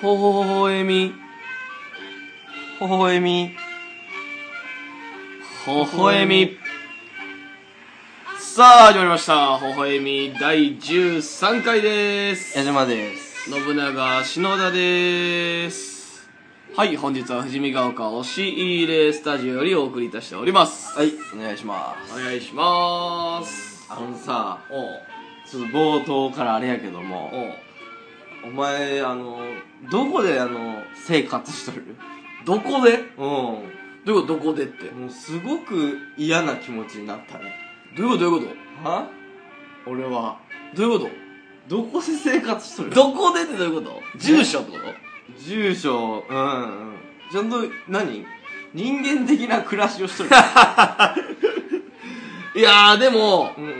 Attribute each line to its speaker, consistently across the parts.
Speaker 1: ほほほほえみ。ほほえみ。ほほえみ。さあ、始まりました。ほほえみ第13回です
Speaker 2: 矢。島です。
Speaker 1: 信長篠田です。はい、本日は富士見ヶ丘押し入れスタジオよりお送りいたしております。
Speaker 2: はい、お願いします。
Speaker 1: お願いしまーす。
Speaker 2: あのさ、
Speaker 1: おう、
Speaker 2: ちょっと冒頭からあれやけども、
Speaker 1: おう。
Speaker 2: お前、あの、どこであの、生活しとる
Speaker 1: どこで
Speaker 2: うん。
Speaker 1: どういうことどこでって。
Speaker 2: もうすごく嫌な気持ちになったね。
Speaker 1: どういうことどういうこ
Speaker 2: は
Speaker 1: と俺は。どういうこ
Speaker 2: どこで生活しと
Speaker 1: と
Speaker 2: る
Speaker 1: どこでってどういうこと住所ってこと
Speaker 2: 住所、うん、うん。ちゃんと、何人間的な暮らし をしと る。
Speaker 1: いやー、でも、
Speaker 2: うん。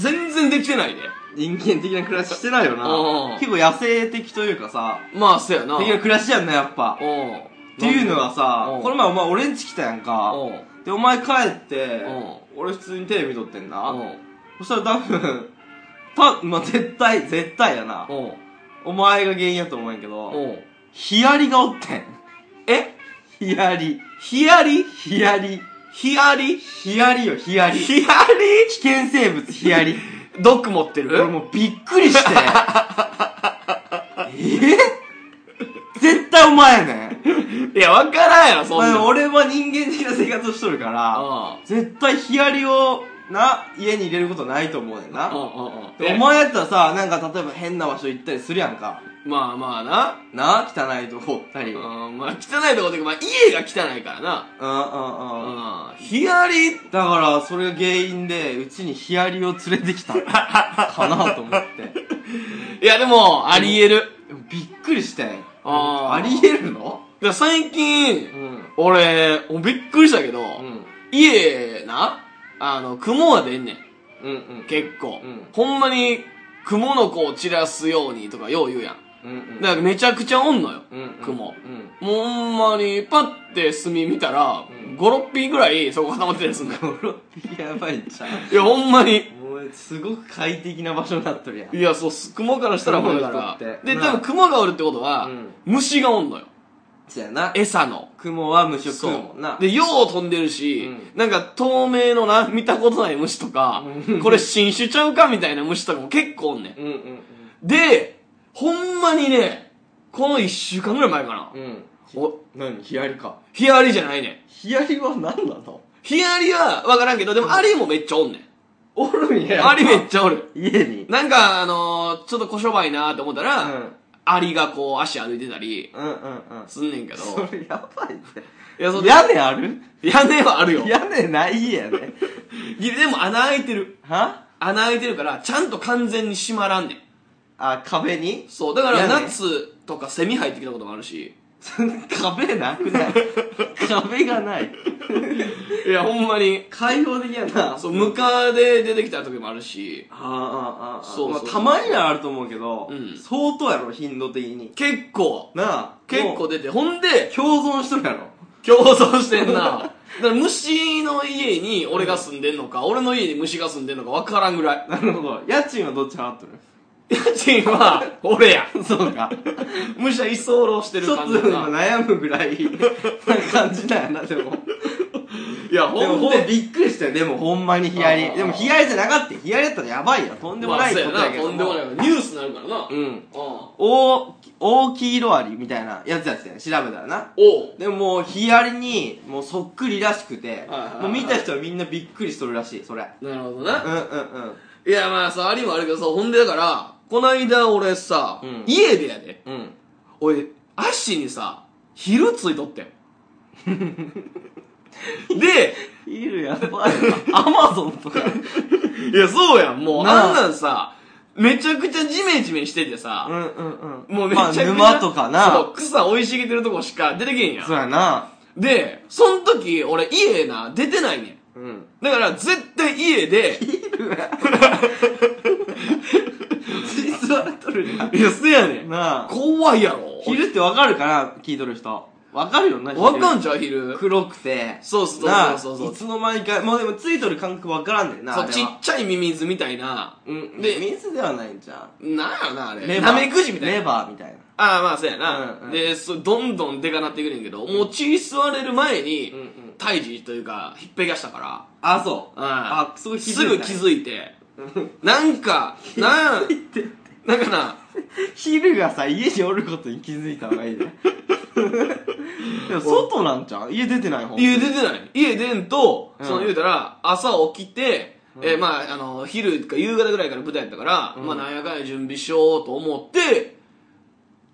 Speaker 1: 全然できてないね。
Speaker 2: 人間的な暮らししてないよ
Speaker 1: うん
Speaker 2: な。結構野生的というかさ、
Speaker 1: まあ、そうやな。
Speaker 2: 的な暮らしやんな、やっぱ。
Speaker 1: うん。っ
Speaker 2: っていうのはさ
Speaker 1: う、ん
Speaker 2: この前お前俺ん家来たやん
Speaker 1: う
Speaker 2: か。
Speaker 1: ん。
Speaker 2: で、お前帰って
Speaker 1: うん、
Speaker 2: 俺普通にテレビ撮ってん
Speaker 1: う
Speaker 2: な。
Speaker 1: ん。
Speaker 2: そしたら多分、た、まあ、絶対、絶対やな。
Speaker 1: うん。
Speaker 2: お前が原因やと思うんやけど、
Speaker 1: うん。
Speaker 2: ヒアリがおってん。
Speaker 1: え
Speaker 2: ヒアリ。
Speaker 1: ヒアリ
Speaker 2: ヒアリ。
Speaker 1: ヒアリ
Speaker 2: ヒアリよ、ヒアリ。危
Speaker 1: ヒアリ
Speaker 2: 険生物、ヒアリ。
Speaker 1: ドック持って
Speaker 2: 俺
Speaker 1: る
Speaker 2: もうびっく りして。え絶対お前やねん。
Speaker 1: いや、わからんやろ、そん
Speaker 2: ま
Speaker 1: な
Speaker 2: あ
Speaker 1: ん。
Speaker 2: 俺は人間的な生活をしとるから、
Speaker 1: う
Speaker 2: 絶対ヒアリをな家に入れることないと思うねん
Speaker 1: ん。う
Speaker 2: な、
Speaker 1: んうんうん。
Speaker 2: でお前やったらさなんか例えば変な場所行ったりするやんか
Speaker 1: まあまあな。
Speaker 2: な汚いとこおったり、うん、うん
Speaker 1: うん、まあ汚いとこっていうか、まあ家が汚いからな。
Speaker 2: うん
Speaker 1: う
Speaker 2: うん
Speaker 1: ん。ヒアリ
Speaker 2: だからそれが原因でうちにヒアリを連れてきたかなと思って
Speaker 1: いや、でも、あり得る。
Speaker 2: でもびっくりして
Speaker 1: あー
Speaker 2: ありえるの
Speaker 1: いや最近
Speaker 2: う、ん
Speaker 1: 俺、もうびっくりしたけど、
Speaker 2: うん
Speaker 1: 家な、あの、雲が出んねん。
Speaker 2: うんうん
Speaker 1: 結構、
Speaker 2: うん
Speaker 1: ほんまに雲の子を散らすようにとかよう言うやん
Speaker 2: うんうん
Speaker 1: だからめちゃくちゃおんのよ、
Speaker 2: うんうん
Speaker 1: 雲
Speaker 2: うん
Speaker 1: もうほんまにパッて炭見たら、
Speaker 2: うん
Speaker 1: 56匹ぐらいそこ固まってたりすんのよ
Speaker 2: ゴロピやばいんちゃ
Speaker 1: いやほんまに
Speaker 2: うもうすごく快適な場所になっとるやん
Speaker 1: いやそうす雲からしたらほんだか
Speaker 2: 雲の
Speaker 1: ら
Speaker 2: 人って
Speaker 1: で
Speaker 2: な
Speaker 1: 多
Speaker 2: あ
Speaker 1: 分雲がおるってことは、
Speaker 2: うん
Speaker 1: 虫がおんのよ
Speaker 2: そやな
Speaker 1: 餌の
Speaker 2: 雲は無色やもんな
Speaker 1: で、よう飛んでるし、
Speaker 2: う
Speaker 1: なんか透明のな、見たことない虫とか、
Speaker 2: うん
Speaker 1: これ新種ちゃうかみたいな虫とかも結構おんねん。
Speaker 2: うんうん
Speaker 1: で、ほんまにね、この一週間ぐらい前かな
Speaker 2: う。んうん
Speaker 1: お
Speaker 2: 何ヒアリか
Speaker 1: ヒアリじゃないねん。
Speaker 2: ヒアリは何なの
Speaker 1: ヒアリはわからんけど、でもアリもめっちゃおんねん。
Speaker 2: おるんや
Speaker 1: アリめっちゃおる。
Speaker 2: 家に
Speaker 1: なんか、あのー、ちょっと小商売なーって思った
Speaker 2: う
Speaker 1: ら、
Speaker 2: ん
Speaker 1: アリがこう足歩いてたり
Speaker 2: うんうんうん
Speaker 1: すんねんけど。
Speaker 2: それやばいって
Speaker 1: いや、その、
Speaker 2: 屋根ある
Speaker 1: 屋根はあるよ。
Speaker 2: 屋根ない家やね
Speaker 1: でも穴開いてる。
Speaker 2: は
Speaker 1: 穴開いてるから、ちゃんと完全に閉まらんねん。
Speaker 2: あ壁に
Speaker 1: そう、だから
Speaker 2: 屋根
Speaker 1: 夏とかセミ入ってきたこともあるし。
Speaker 2: 壁なくない 壁がない
Speaker 1: いや、ほんまに。
Speaker 2: 開放的やな
Speaker 1: そう、
Speaker 2: む
Speaker 1: ムカデ出てきた時もあるし。
Speaker 2: ああああ
Speaker 1: そう
Speaker 2: まあ
Speaker 1: そう
Speaker 2: たまにはあると思うけど
Speaker 1: うん
Speaker 2: 相当やろ頻度的に
Speaker 1: 結構、
Speaker 2: なあ
Speaker 1: 結
Speaker 2: も
Speaker 1: 構
Speaker 2: う
Speaker 1: 出て、ほんで、
Speaker 2: 共存しとるやろ
Speaker 1: 共存してんな。だから虫の家に俺が住んでんのか、俺の家に虫が住んでんのか分からんぐらい。
Speaker 2: なるほど家賃はどっち払っとる
Speaker 1: 家賃は、俺や。
Speaker 2: そうか。
Speaker 1: 虫は居候して
Speaker 2: ち
Speaker 1: る
Speaker 2: ょっ
Speaker 1: 感
Speaker 2: と
Speaker 1: じ
Speaker 2: で
Speaker 1: だ
Speaker 2: も
Speaker 1: な。
Speaker 2: 悩むぐらい な感じなんやな、でも。
Speaker 1: いや、
Speaker 2: でも
Speaker 1: ほ
Speaker 2: ほ
Speaker 1: ん
Speaker 2: んま
Speaker 1: で、
Speaker 2: びっくりしたよ、でもほんまにヒア
Speaker 1: あ
Speaker 2: リ。
Speaker 1: ー
Speaker 2: でもヒアリじゃなかったよヒアリだったらやばいよ。とんでもないこと
Speaker 1: まあ
Speaker 2: や
Speaker 1: そう
Speaker 2: け
Speaker 1: やな、
Speaker 2: ど。
Speaker 1: とんでもない。ニュースになるからな。うん。
Speaker 2: うん。
Speaker 1: お
Speaker 2: 大き、大きい色アリみたいなやつやつやね。調べたらな。
Speaker 1: う
Speaker 2: でももうヒアリにもうそっくりらしくて
Speaker 1: はいはいは、い
Speaker 2: もう見た人はみんなびっくりしとるらしい、それ。
Speaker 1: なるほど
Speaker 2: う
Speaker 1: な。
Speaker 2: んうんうん。
Speaker 1: いや、まあさ、ありもあるけどさ、ほんでだから、こないだ俺さ、
Speaker 2: うん
Speaker 1: 家でやで、
Speaker 2: うん。
Speaker 1: 俺、足にさ、昼ついとってん。 で、
Speaker 2: ヒールやばいな。アマゾンとか。
Speaker 1: いや、そうやん、もう、
Speaker 2: なあ
Speaker 1: あんなんさ、めちゃくちゃジメジメしてて
Speaker 2: う
Speaker 1: さ、
Speaker 2: んうんうん。
Speaker 1: もうめち
Speaker 2: ま
Speaker 1: ゃ
Speaker 2: あ
Speaker 1: くちゃ、
Speaker 2: 沼とか
Speaker 1: そ
Speaker 2: な。
Speaker 1: う、草生い茂ってるとこしか出てけんや。
Speaker 2: そうんやな。
Speaker 1: で、その時、俺家な、出てないねん。
Speaker 2: うん。
Speaker 1: だから、絶対家 で、
Speaker 2: 座っとるな。
Speaker 1: いや、せやねん。
Speaker 2: なあ。
Speaker 1: 怖いやろ。
Speaker 2: 昼ってわかるかな聞いとる人。わかるよな、
Speaker 1: わか
Speaker 2: ん
Speaker 1: んじゃん、昼。
Speaker 2: 黒くて。
Speaker 1: そうそう
Speaker 2: なあ
Speaker 1: そうそうそう
Speaker 2: いつの間にか、もうでもついとる感覚わからんねんな。
Speaker 1: そう
Speaker 2: あれは
Speaker 1: ちっちゃいミミズみたいな。
Speaker 2: うん。
Speaker 1: で
Speaker 2: で、水ではないんじゃ
Speaker 1: なんやろな、あ
Speaker 2: ん。
Speaker 1: れ。なめくじみたい
Speaker 2: レ
Speaker 1: な。
Speaker 2: バーみたいな。
Speaker 1: ああ、まあ、そうやな。
Speaker 2: うんうん
Speaker 1: で、そうどんどんでかなっていくねんけど、もう血吸われる前に、
Speaker 2: うんうん
Speaker 1: 胎児というか、ひっぺがしたから。
Speaker 2: あ、そう。
Speaker 1: うん
Speaker 2: あ、すごい気
Speaker 1: すぐ気づいて。なんか、 なん、
Speaker 2: いて。
Speaker 1: なんかな、
Speaker 2: ヒルがさ、家におることに気づいた方がい いね。でも外なんじゃん家出てない方
Speaker 1: 家出てない家出んと、
Speaker 2: うん
Speaker 1: その言うたら、朝起きて、えーまあ、あの、昼か夕方ぐらいから舞台やったから、
Speaker 2: うん
Speaker 1: まあ、なんやかんや準備しようと思って、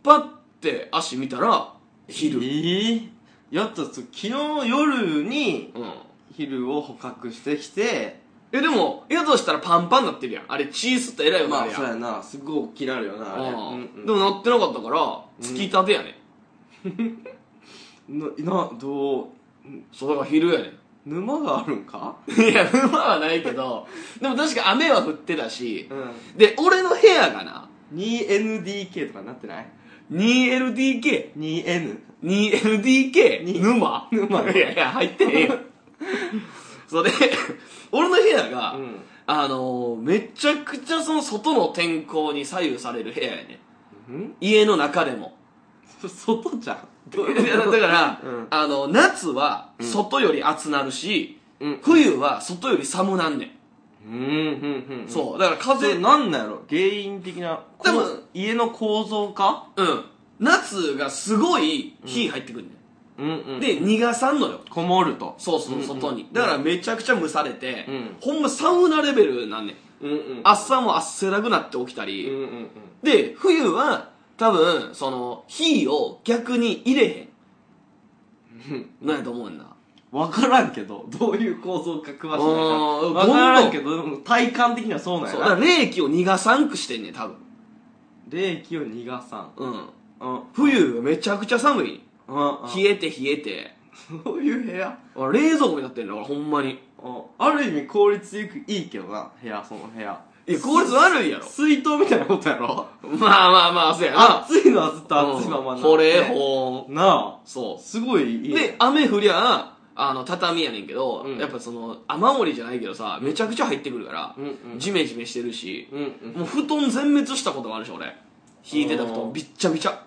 Speaker 1: パッて足見たら、昼。
Speaker 2: えーやっと昨日夜に
Speaker 1: うん。
Speaker 2: 昼を捕獲してきて、
Speaker 1: え、でも、やとしたらパンパンなってるやん。あれ、チーズって偉いよな、
Speaker 2: ま
Speaker 1: あ
Speaker 2: あ
Speaker 1: れや
Speaker 2: そうやな、すごい大きなるよな、あれ。
Speaker 1: うん
Speaker 2: うん
Speaker 1: でもなってなかったから、突き立てやね、
Speaker 2: な、な、どう、
Speaker 1: そう、だから昼やね
Speaker 2: 沼があるんか
Speaker 1: ん。いや、馬はないけど、でも確か雨は降ってたし、
Speaker 2: ん。
Speaker 1: で、俺の部屋がな、
Speaker 2: 2NDK とかなってない
Speaker 1: 2LDK、
Speaker 2: ?2N。
Speaker 1: 2LDK、
Speaker 2: に
Speaker 1: 沼
Speaker 2: 沼
Speaker 1: いやいや、入ってねえ よ。それ、俺の部屋が、
Speaker 2: ん。
Speaker 1: あのー、めちゃくちゃその外の天候に左右される部屋やね。
Speaker 2: うん
Speaker 1: 家の中で も。
Speaker 2: そ外じゃん。
Speaker 1: いやだから、
Speaker 2: うん
Speaker 1: あの、夏は外より暑なるし、
Speaker 2: うん。
Speaker 1: 冬は外より寒なんねん。
Speaker 2: うん、うん、うん。
Speaker 1: そう。だから
Speaker 2: それ
Speaker 1: 風、
Speaker 2: なんなんやろ原因的な。
Speaker 1: 多分
Speaker 2: こう家の構造か
Speaker 1: うん。夏がすごい火入ってくるね、
Speaker 2: うん
Speaker 1: ん。
Speaker 2: で、
Speaker 1: で、逃がさんのよ。
Speaker 2: こもると。
Speaker 1: そうそうう、
Speaker 2: ん
Speaker 1: 外に
Speaker 2: う。ん
Speaker 1: だからめちゃくちゃ蒸されて、
Speaker 2: うん
Speaker 1: ほんまサウナレベルなんねん。
Speaker 2: うんうんあ、
Speaker 1: 朝も汗だくなって起きたり、
Speaker 2: うんうん。
Speaker 1: で、冬は、多分、その、火を逆に入れへん。なんやと思うんだ。
Speaker 2: わからんけど、どういう構造か詳しくないから。
Speaker 1: うん
Speaker 2: わからんけど、でも体感的にはそうなん
Speaker 1: そ
Speaker 2: や
Speaker 1: う。だか
Speaker 2: な
Speaker 1: ら。冷気を逃がさんくしてんねん、多分。
Speaker 2: 冷気を逃がさん。
Speaker 1: うん。
Speaker 2: うん。
Speaker 1: 冬、めちゃくちゃ寒い。
Speaker 2: うん。
Speaker 1: 冷えて冷えて。
Speaker 2: そういう部屋
Speaker 1: 俺冷蔵庫になってんだから、ほんまに。
Speaker 2: うんある意味効率よくいいけどな、部屋、その部屋。
Speaker 1: いや、効率悪いやろ。
Speaker 2: 水筒みたいなことやろ
Speaker 1: まあまあまあ、そうやな。
Speaker 2: 熱いのはずっと熱いまま
Speaker 1: うん
Speaker 2: な。
Speaker 1: 保冷保温。
Speaker 2: なあ。
Speaker 1: そ。
Speaker 2: すごいいうい。
Speaker 1: で、、雨降りゃ、あの、畳やねんけど、
Speaker 2: うん
Speaker 1: やっぱその、雨漏りじゃないけどさ、めちゃくちゃ入ってくるから、
Speaker 2: うんうん
Speaker 1: ジメジメしてるし、
Speaker 2: うんうん。
Speaker 1: もう布団全滅したこともあるし、俺。引いてた布
Speaker 2: う
Speaker 1: 団、
Speaker 2: ん
Speaker 1: びっちゃびちゃ。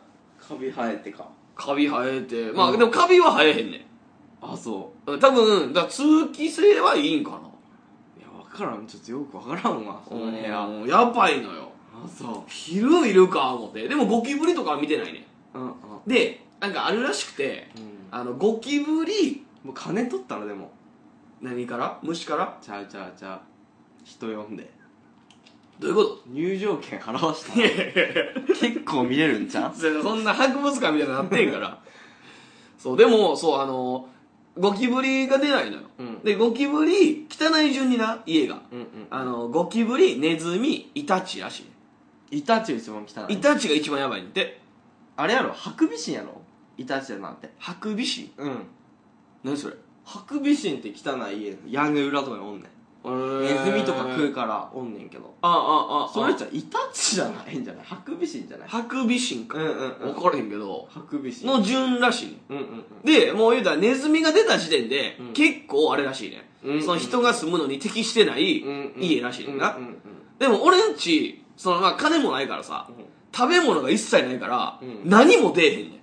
Speaker 2: カビ生えてか。
Speaker 1: カビ生えて、まあ、
Speaker 2: うん
Speaker 1: でもカビは生えへんねん
Speaker 2: あ、そ。
Speaker 1: うん多分、だから通気性はいいんかな。
Speaker 2: う。いや、わからん。ちょっとよくわからんわ、その部屋。あ、
Speaker 1: うんやばいのよ。
Speaker 2: そ
Speaker 1: 昼いるか、思って。でもゴキブリとかは見てないね
Speaker 2: う。うんうん。
Speaker 1: ん。で、なんかあるらしくて、あの、ゴキブリ、
Speaker 2: もう金取ったらでも。
Speaker 1: 何から虫から
Speaker 2: ちゃうちゃうちゃう。人呼んで。
Speaker 1: どういうこと
Speaker 2: 入場券払わしたら結構見れるんちゃう
Speaker 1: そんな博物館みたいになってん から。そう、でも、そう、あの、ゴキブリが出ないのよ。
Speaker 2: うん
Speaker 1: で、ゴキブリ、汚い順にな、家が。
Speaker 2: うんうん。
Speaker 1: あの、ゴキブリ、ネズミ、イタチらしいね。
Speaker 2: イタチが一番汚い。
Speaker 1: イタチが一番やばいんで、
Speaker 2: あれやろハクビシンやろイタチだなんて。
Speaker 1: ハクビシン
Speaker 2: うん。
Speaker 1: 何それ
Speaker 2: ハクビシンって汚い家屋根裏とかにおんねん、ネズミとか食う。からおんねんけど
Speaker 1: ああ、ああ、
Speaker 2: それ
Speaker 1: ゃ
Speaker 2: じゃイタチじゃないんじゃないハクビシンじゃない
Speaker 1: ハクビシン
Speaker 2: う
Speaker 1: か。
Speaker 2: んうんうん
Speaker 1: わからへんけど、
Speaker 2: ハクビシン
Speaker 1: の順らしいね。
Speaker 2: うんうんうん
Speaker 1: で、もう言うたらネズミが出た時点で、
Speaker 2: うん
Speaker 1: 結構あれらしいね。
Speaker 2: うん
Speaker 1: その人が住むのに適してない家らしいねんな。
Speaker 2: うんうん
Speaker 1: でも俺んち、そのまあ金もないからさ、食べ物が一切ないから、
Speaker 2: うん
Speaker 1: 何も出えへんねん。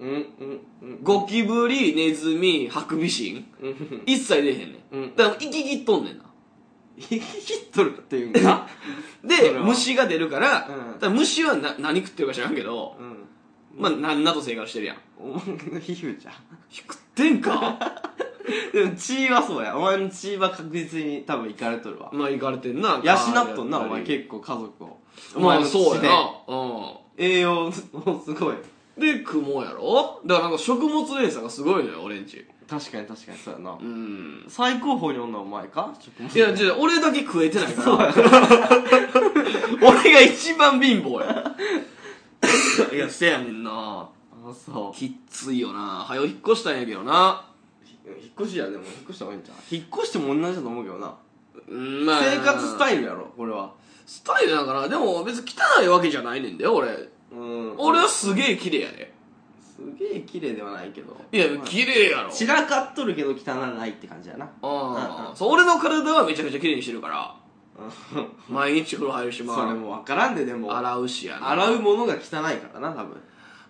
Speaker 2: うんうんうんうん
Speaker 1: ゴキブリ、ネズミ、ハクビシン、
Speaker 2: うんうん
Speaker 1: 一切出えへんねん。
Speaker 2: うん
Speaker 1: だから生き切っとんねんな。
Speaker 2: 生き切っとるっていうんか
Speaker 1: で
Speaker 2: それ、は
Speaker 1: 虫が出るから、
Speaker 2: うん
Speaker 1: だから虫はな何食ってるか知らんけど、
Speaker 2: うん
Speaker 1: まあ、なんなと生活してるやん。
Speaker 2: お前の皮膚じゃん
Speaker 1: 食ってん か
Speaker 2: でも血はそうやお前の血は確実に多分いかれとるわ
Speaker 1: まあ、行かれてんな。
Speaker 2: 養っとんなお前
Speaker 1: 結
Speaker 2: 結構家族を
Speaker 1: 構。ま
Speaker 2: お前
Speaker 1: あ、
Speaker 2: の血
Speaker 1: そうや
Speaker 2: で
Speaker 1: な。うん。
Speaker 2: 栄養もすごい
Speaker 1: で、雲やろだからなんか食物連鎖がすごいのよ、俺んち。
Speaker 2: 確かに確かにそうやな
Speaker 1: うん。
Speaker 2: 最高峰におんのはお前かちょっと待っ
Speaker 1: い
Speaker 2: て
Speaker 1: や、じゃあ俺だけ食えてないから。
Speaker 2: そうや
Speaker 1: 俺が一番貧乏や いやせやねんな
Speaker 2: あそ
Speaker 1: きっついよなはよ引っ越したんやけどな
Speaker 2: う引っ越しやでも引っ越した方がいいんじゃん引っ越しても同じだと思うけどな
Speaker 1: うんまあ
Speaker 2: 生活スタ
Speaker 1: イル
Speaker 2: イルやろこれは
Speaker 1: スタイルだからでも別に汚いわけじゃないねんだよ俺
Speaker 2: うん
Speaker 1: 俺はすげえ綺麗やで、
Speaker 2: すげえ綺麗ではないけど
Speaker 1: いや
Speaker 2: まあ
Speaker 1: 綺麗やろ
Speaker 2: 散らかっとるけど汚ないって感じやな
Speaker 1: ああそう俺の体はめちゃくちゃ綺麗にしてるから
Speaker 2: うん
Speaker 1: 毎日風呂入るしま
Speaker 2: それ
Speaker 1: あ
Speaker 2: も分からんででも
Speaker 1: 洗うしやな
Speaker 2: 洗うものが汚いからな多分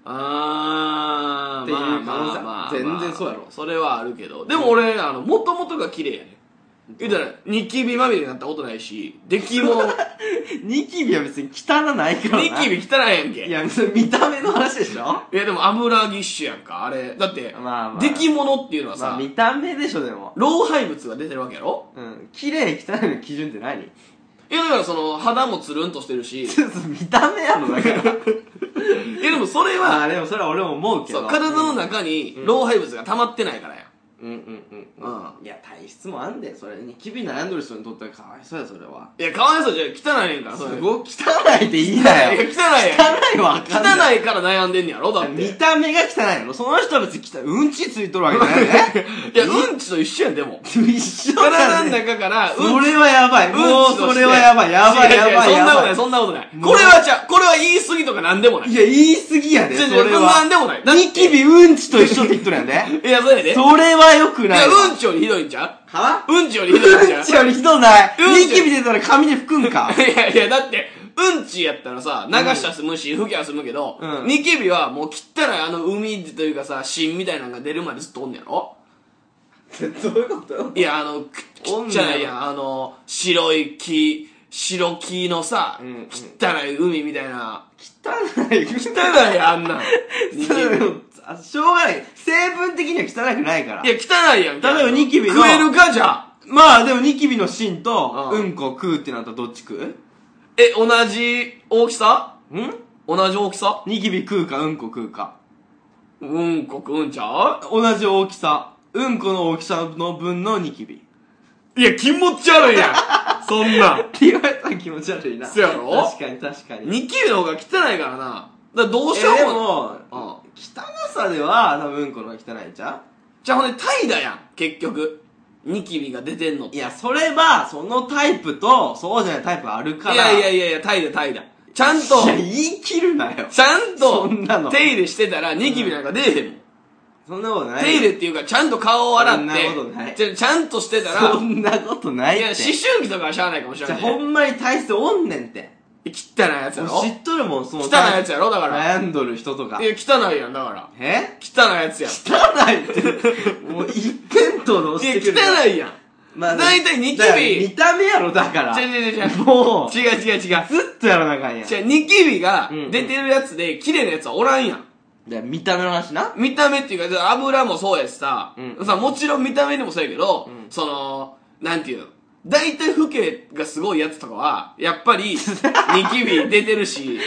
Speaker 1: あー
Speaker 2: っていう
Speaker 1: まあ
Speaker 2: 可能
Speaker 1: ま
Speaker 2: 性
Speaker 1: あまあ
Speaker 2: 全然そうやろ
Speaker 1: それはあるけどでも俺あの元々が綺麗やね言うたらニキビまみれになったことないし出来 物
Speaker 2: ニキビは別に汚ないからな
Speaker 1: ニキビ汚いやんけ
Speaker 2: いやそれ見た目の話でしょ
Speaker 1: いやでも油ぎっしゅやんかあれだって、
Speaker 2: まあまあ
Speaker 1: 出来物っていうのは
Speaker 2: ま
Speaker 1: さ、
Speaker 2: あ見た目でしょでも
Speaker 1: 老廃物が出てるわけやろ
Speaker 2: うん綺麗汚いの基準って何
Speaker 1: い やだからその肌もつるんとしてるしい
Speaker 2: 見た目やろだから
Speaker 1: やでもそれ
Speaker 2: ま
Speaker 1: は
Speaker 2: あでもそれは俺も思うけど
Speaker 1: そう体の中に老廃物が溜まってないからや、
Speaker 2: うんうんうん
Speaker 1: う
Speaker 2: いや体質もあんだよそれニキビ悩んどる人にとってはかわいそうやそれはい
Speaker 1: やかわいそうじゃん汚いねんから
Speaker 2: す
Speaker 1: それい
Speaker 2: ごい汚いって言いな
Speaker 1: や汚い
Speaker 2: よ
Speaker 1: やん
Speaker 2: 汚いわかんない
Speaker 1: 汚いから悩んでんねやろだって
Speaker 2: 見た目が汚いのその人は別に汚いうんちついとるわけじゃないよね
Speaker 1: いやうんちと一緒やんでも
Speaker 2: 一緒
Speaker 1: 体
Speaker 2: だ
Speaker 1: の
Speaker 2: ね
Speaker 1: 中からうん
Speaker 2: それはやばいもう
Speaker 1: ちとして
Speaker 2: それはやばいやばい
Speaker 1: 違う
Speaker 2: や
Speaker 1: 違う
Speaker 2: ばいやばい
Speaker 1: そんなことないそんなことないこ
Speaker 2: もう
Speaker 1: れはじゃうこれは言い過ぎとかなんでもない
Speaker 2: いや言い過ぎやで
Speaker 1: 違う
Speaker 2: そ
Speaker 1: 違う
Speaker 2: れ
Speaker 1: な
Speaker 2: は
Speaker 1: んでもないだって
Speaker 2: ニキビうんちと一緒って言っとるやんで
Speaker 1: いやそうやでい
Speaker 2: それはよくない
Speaker 1: や
Speaker 2: わ
Speaker 1: うんちよりひどいんちゃう
Speaker 2: は
Speaker 1: うんちよりひどいんち
Speaker 2: う
Speaker 1: ゃ
Speaker 2: んちよりひどない
Speaker 1: うんち
Speaker 2: ニキビ出たら髪で拭くんか
Speaker 1: ういやいや、だって、うんちやったらさ、流したら済むし、吹きゃ済むけど、
Speaker 2: うん
Speaker 1: ニキビはもう汚いあの海というかさ、芯みたいなのが出るまでずっとおんねやろ
Speaker 2: どういうこと
Speaker 1: いや、あの、くちっ
Speaker 2: おんね
Speaker 1: ち
Speaker 2: やろ
Speaker 1: ゃいやん、あの、白い木、白木のさ、
Speaker 2: うんうん
Speaker 1: 汚い海みたいな、
Speaker 2: 汚い汚
Speaker 1: 汚いやんあんなん。ニキビ。いや、
Speaker 2: あ しょうがない成分的には汚くないから
Speaker 1: 汚いやん。
Speaker 2: 例えばニキビの
Speaker 1: 食えるか、じゃあ。
Speaker 2: まあでもニキビの芯と
Speaker 1: う
Speaker 2: うんんこ食うってなったらどっち食うん
Speaker 1: え、同じ大きさ同じ大きさ
Speaker 2: ニキビ食うかうんこ食うか
Speaker 1: うんこくうんちゃ
Speaker 2: 同じ大きさうんこの大きさの分のニキビ
Speaker 1: ういや、気持ち悪い やん。そんなん。
Speaker 2: って言われたら気持ち悪いな
Speaker 1: そやろ
Speaker 2: 確かに確かに
Speaker 1: ニキビの方が汚いからな。だからどうし
Speaker 2: え
Speaker 1: よ
Speaker 2: で
Speaker 1: うも。
Speaker 2: も
Speaker 1: うん
Speaker 2: 汚さでは多分うんこの方が汚いんちゃ
Speaker 1: じゃあほんで、怠惰やん、結局。ニキビが出てんのっ
Speaker 2: うい
Speaker 1: て。
Speaker 2: やそれはそのタイプとそうじゃないタイプあるから
Speaker 1: いやいやいやいや、怠惰怠惰。ちゃんと
Speaker 2: い、や言い切るなよ
Speaker 1: ちゃんと
Speaker 2: そんな、の
Speaker 1: 手入れしてたら、ニキビなんか出えへんもん。
Speaker 2: そんなことない
Speaker 1: 手入れっていうか、ちゃんと顔を洗
Speaker 2: そんなこと
Speaker 1: っ
Speaker 2: ない
Speaker 1: て、ちゃちゃんとしてたら、い
Speaker 2: そんなことないっ
Speaker 1: や、思
Speaker 2: て
Speaker 1: 春期とかはしゃあないかもしれ
Speaker 2: じゃ
Speaker 1: な
Speaker 2: あ
Speaker 1: い。
Speaker 2: ほんまに体質おんねんって
Speaker 1: 汚いやつやろ
Speaker 2: も
Speaker 1: 汚
Speaker 2: う知
Speaker 1: い
Speaker 2: っとるもんその
Speaker 1: やつやろだから。
Speaker 2: 悩んどる人とか
Speaker 1: いや、汚いやん、だから。
Speaker 2: え
Speaker 1: 汚いやつやん。
Speaker 2: 汚いってもう一辺倒で押してくる
Speaker 1: いや、汚いやん。
Speaker 2: まあ
Speaker 1: 大体ニキビ
Speaker 2: だから見た目やろだから
Speaker 1: 違う違う違う。
Speaker 2: もう
Speaker 1: 違う違う違う。
Speaker 2: ずっとやらなあかんやん
Speaker 1: じゃあ、ニキビが出てるやつで、綺麗なやつはおらんやん。
Speaker 2: じゃあ見た目の話な
Speaker 1: 見た目っていうかじゃあ、油もそうやしさ、
Speaker 2: うん
Speaker 1: さ、もちろん見た目でもそうやけど、
Speaker 2: うん
Speaker 1: その、なんていうの、大体不景がすごいやつとかは、やっぱ り、ニキビ出てるし、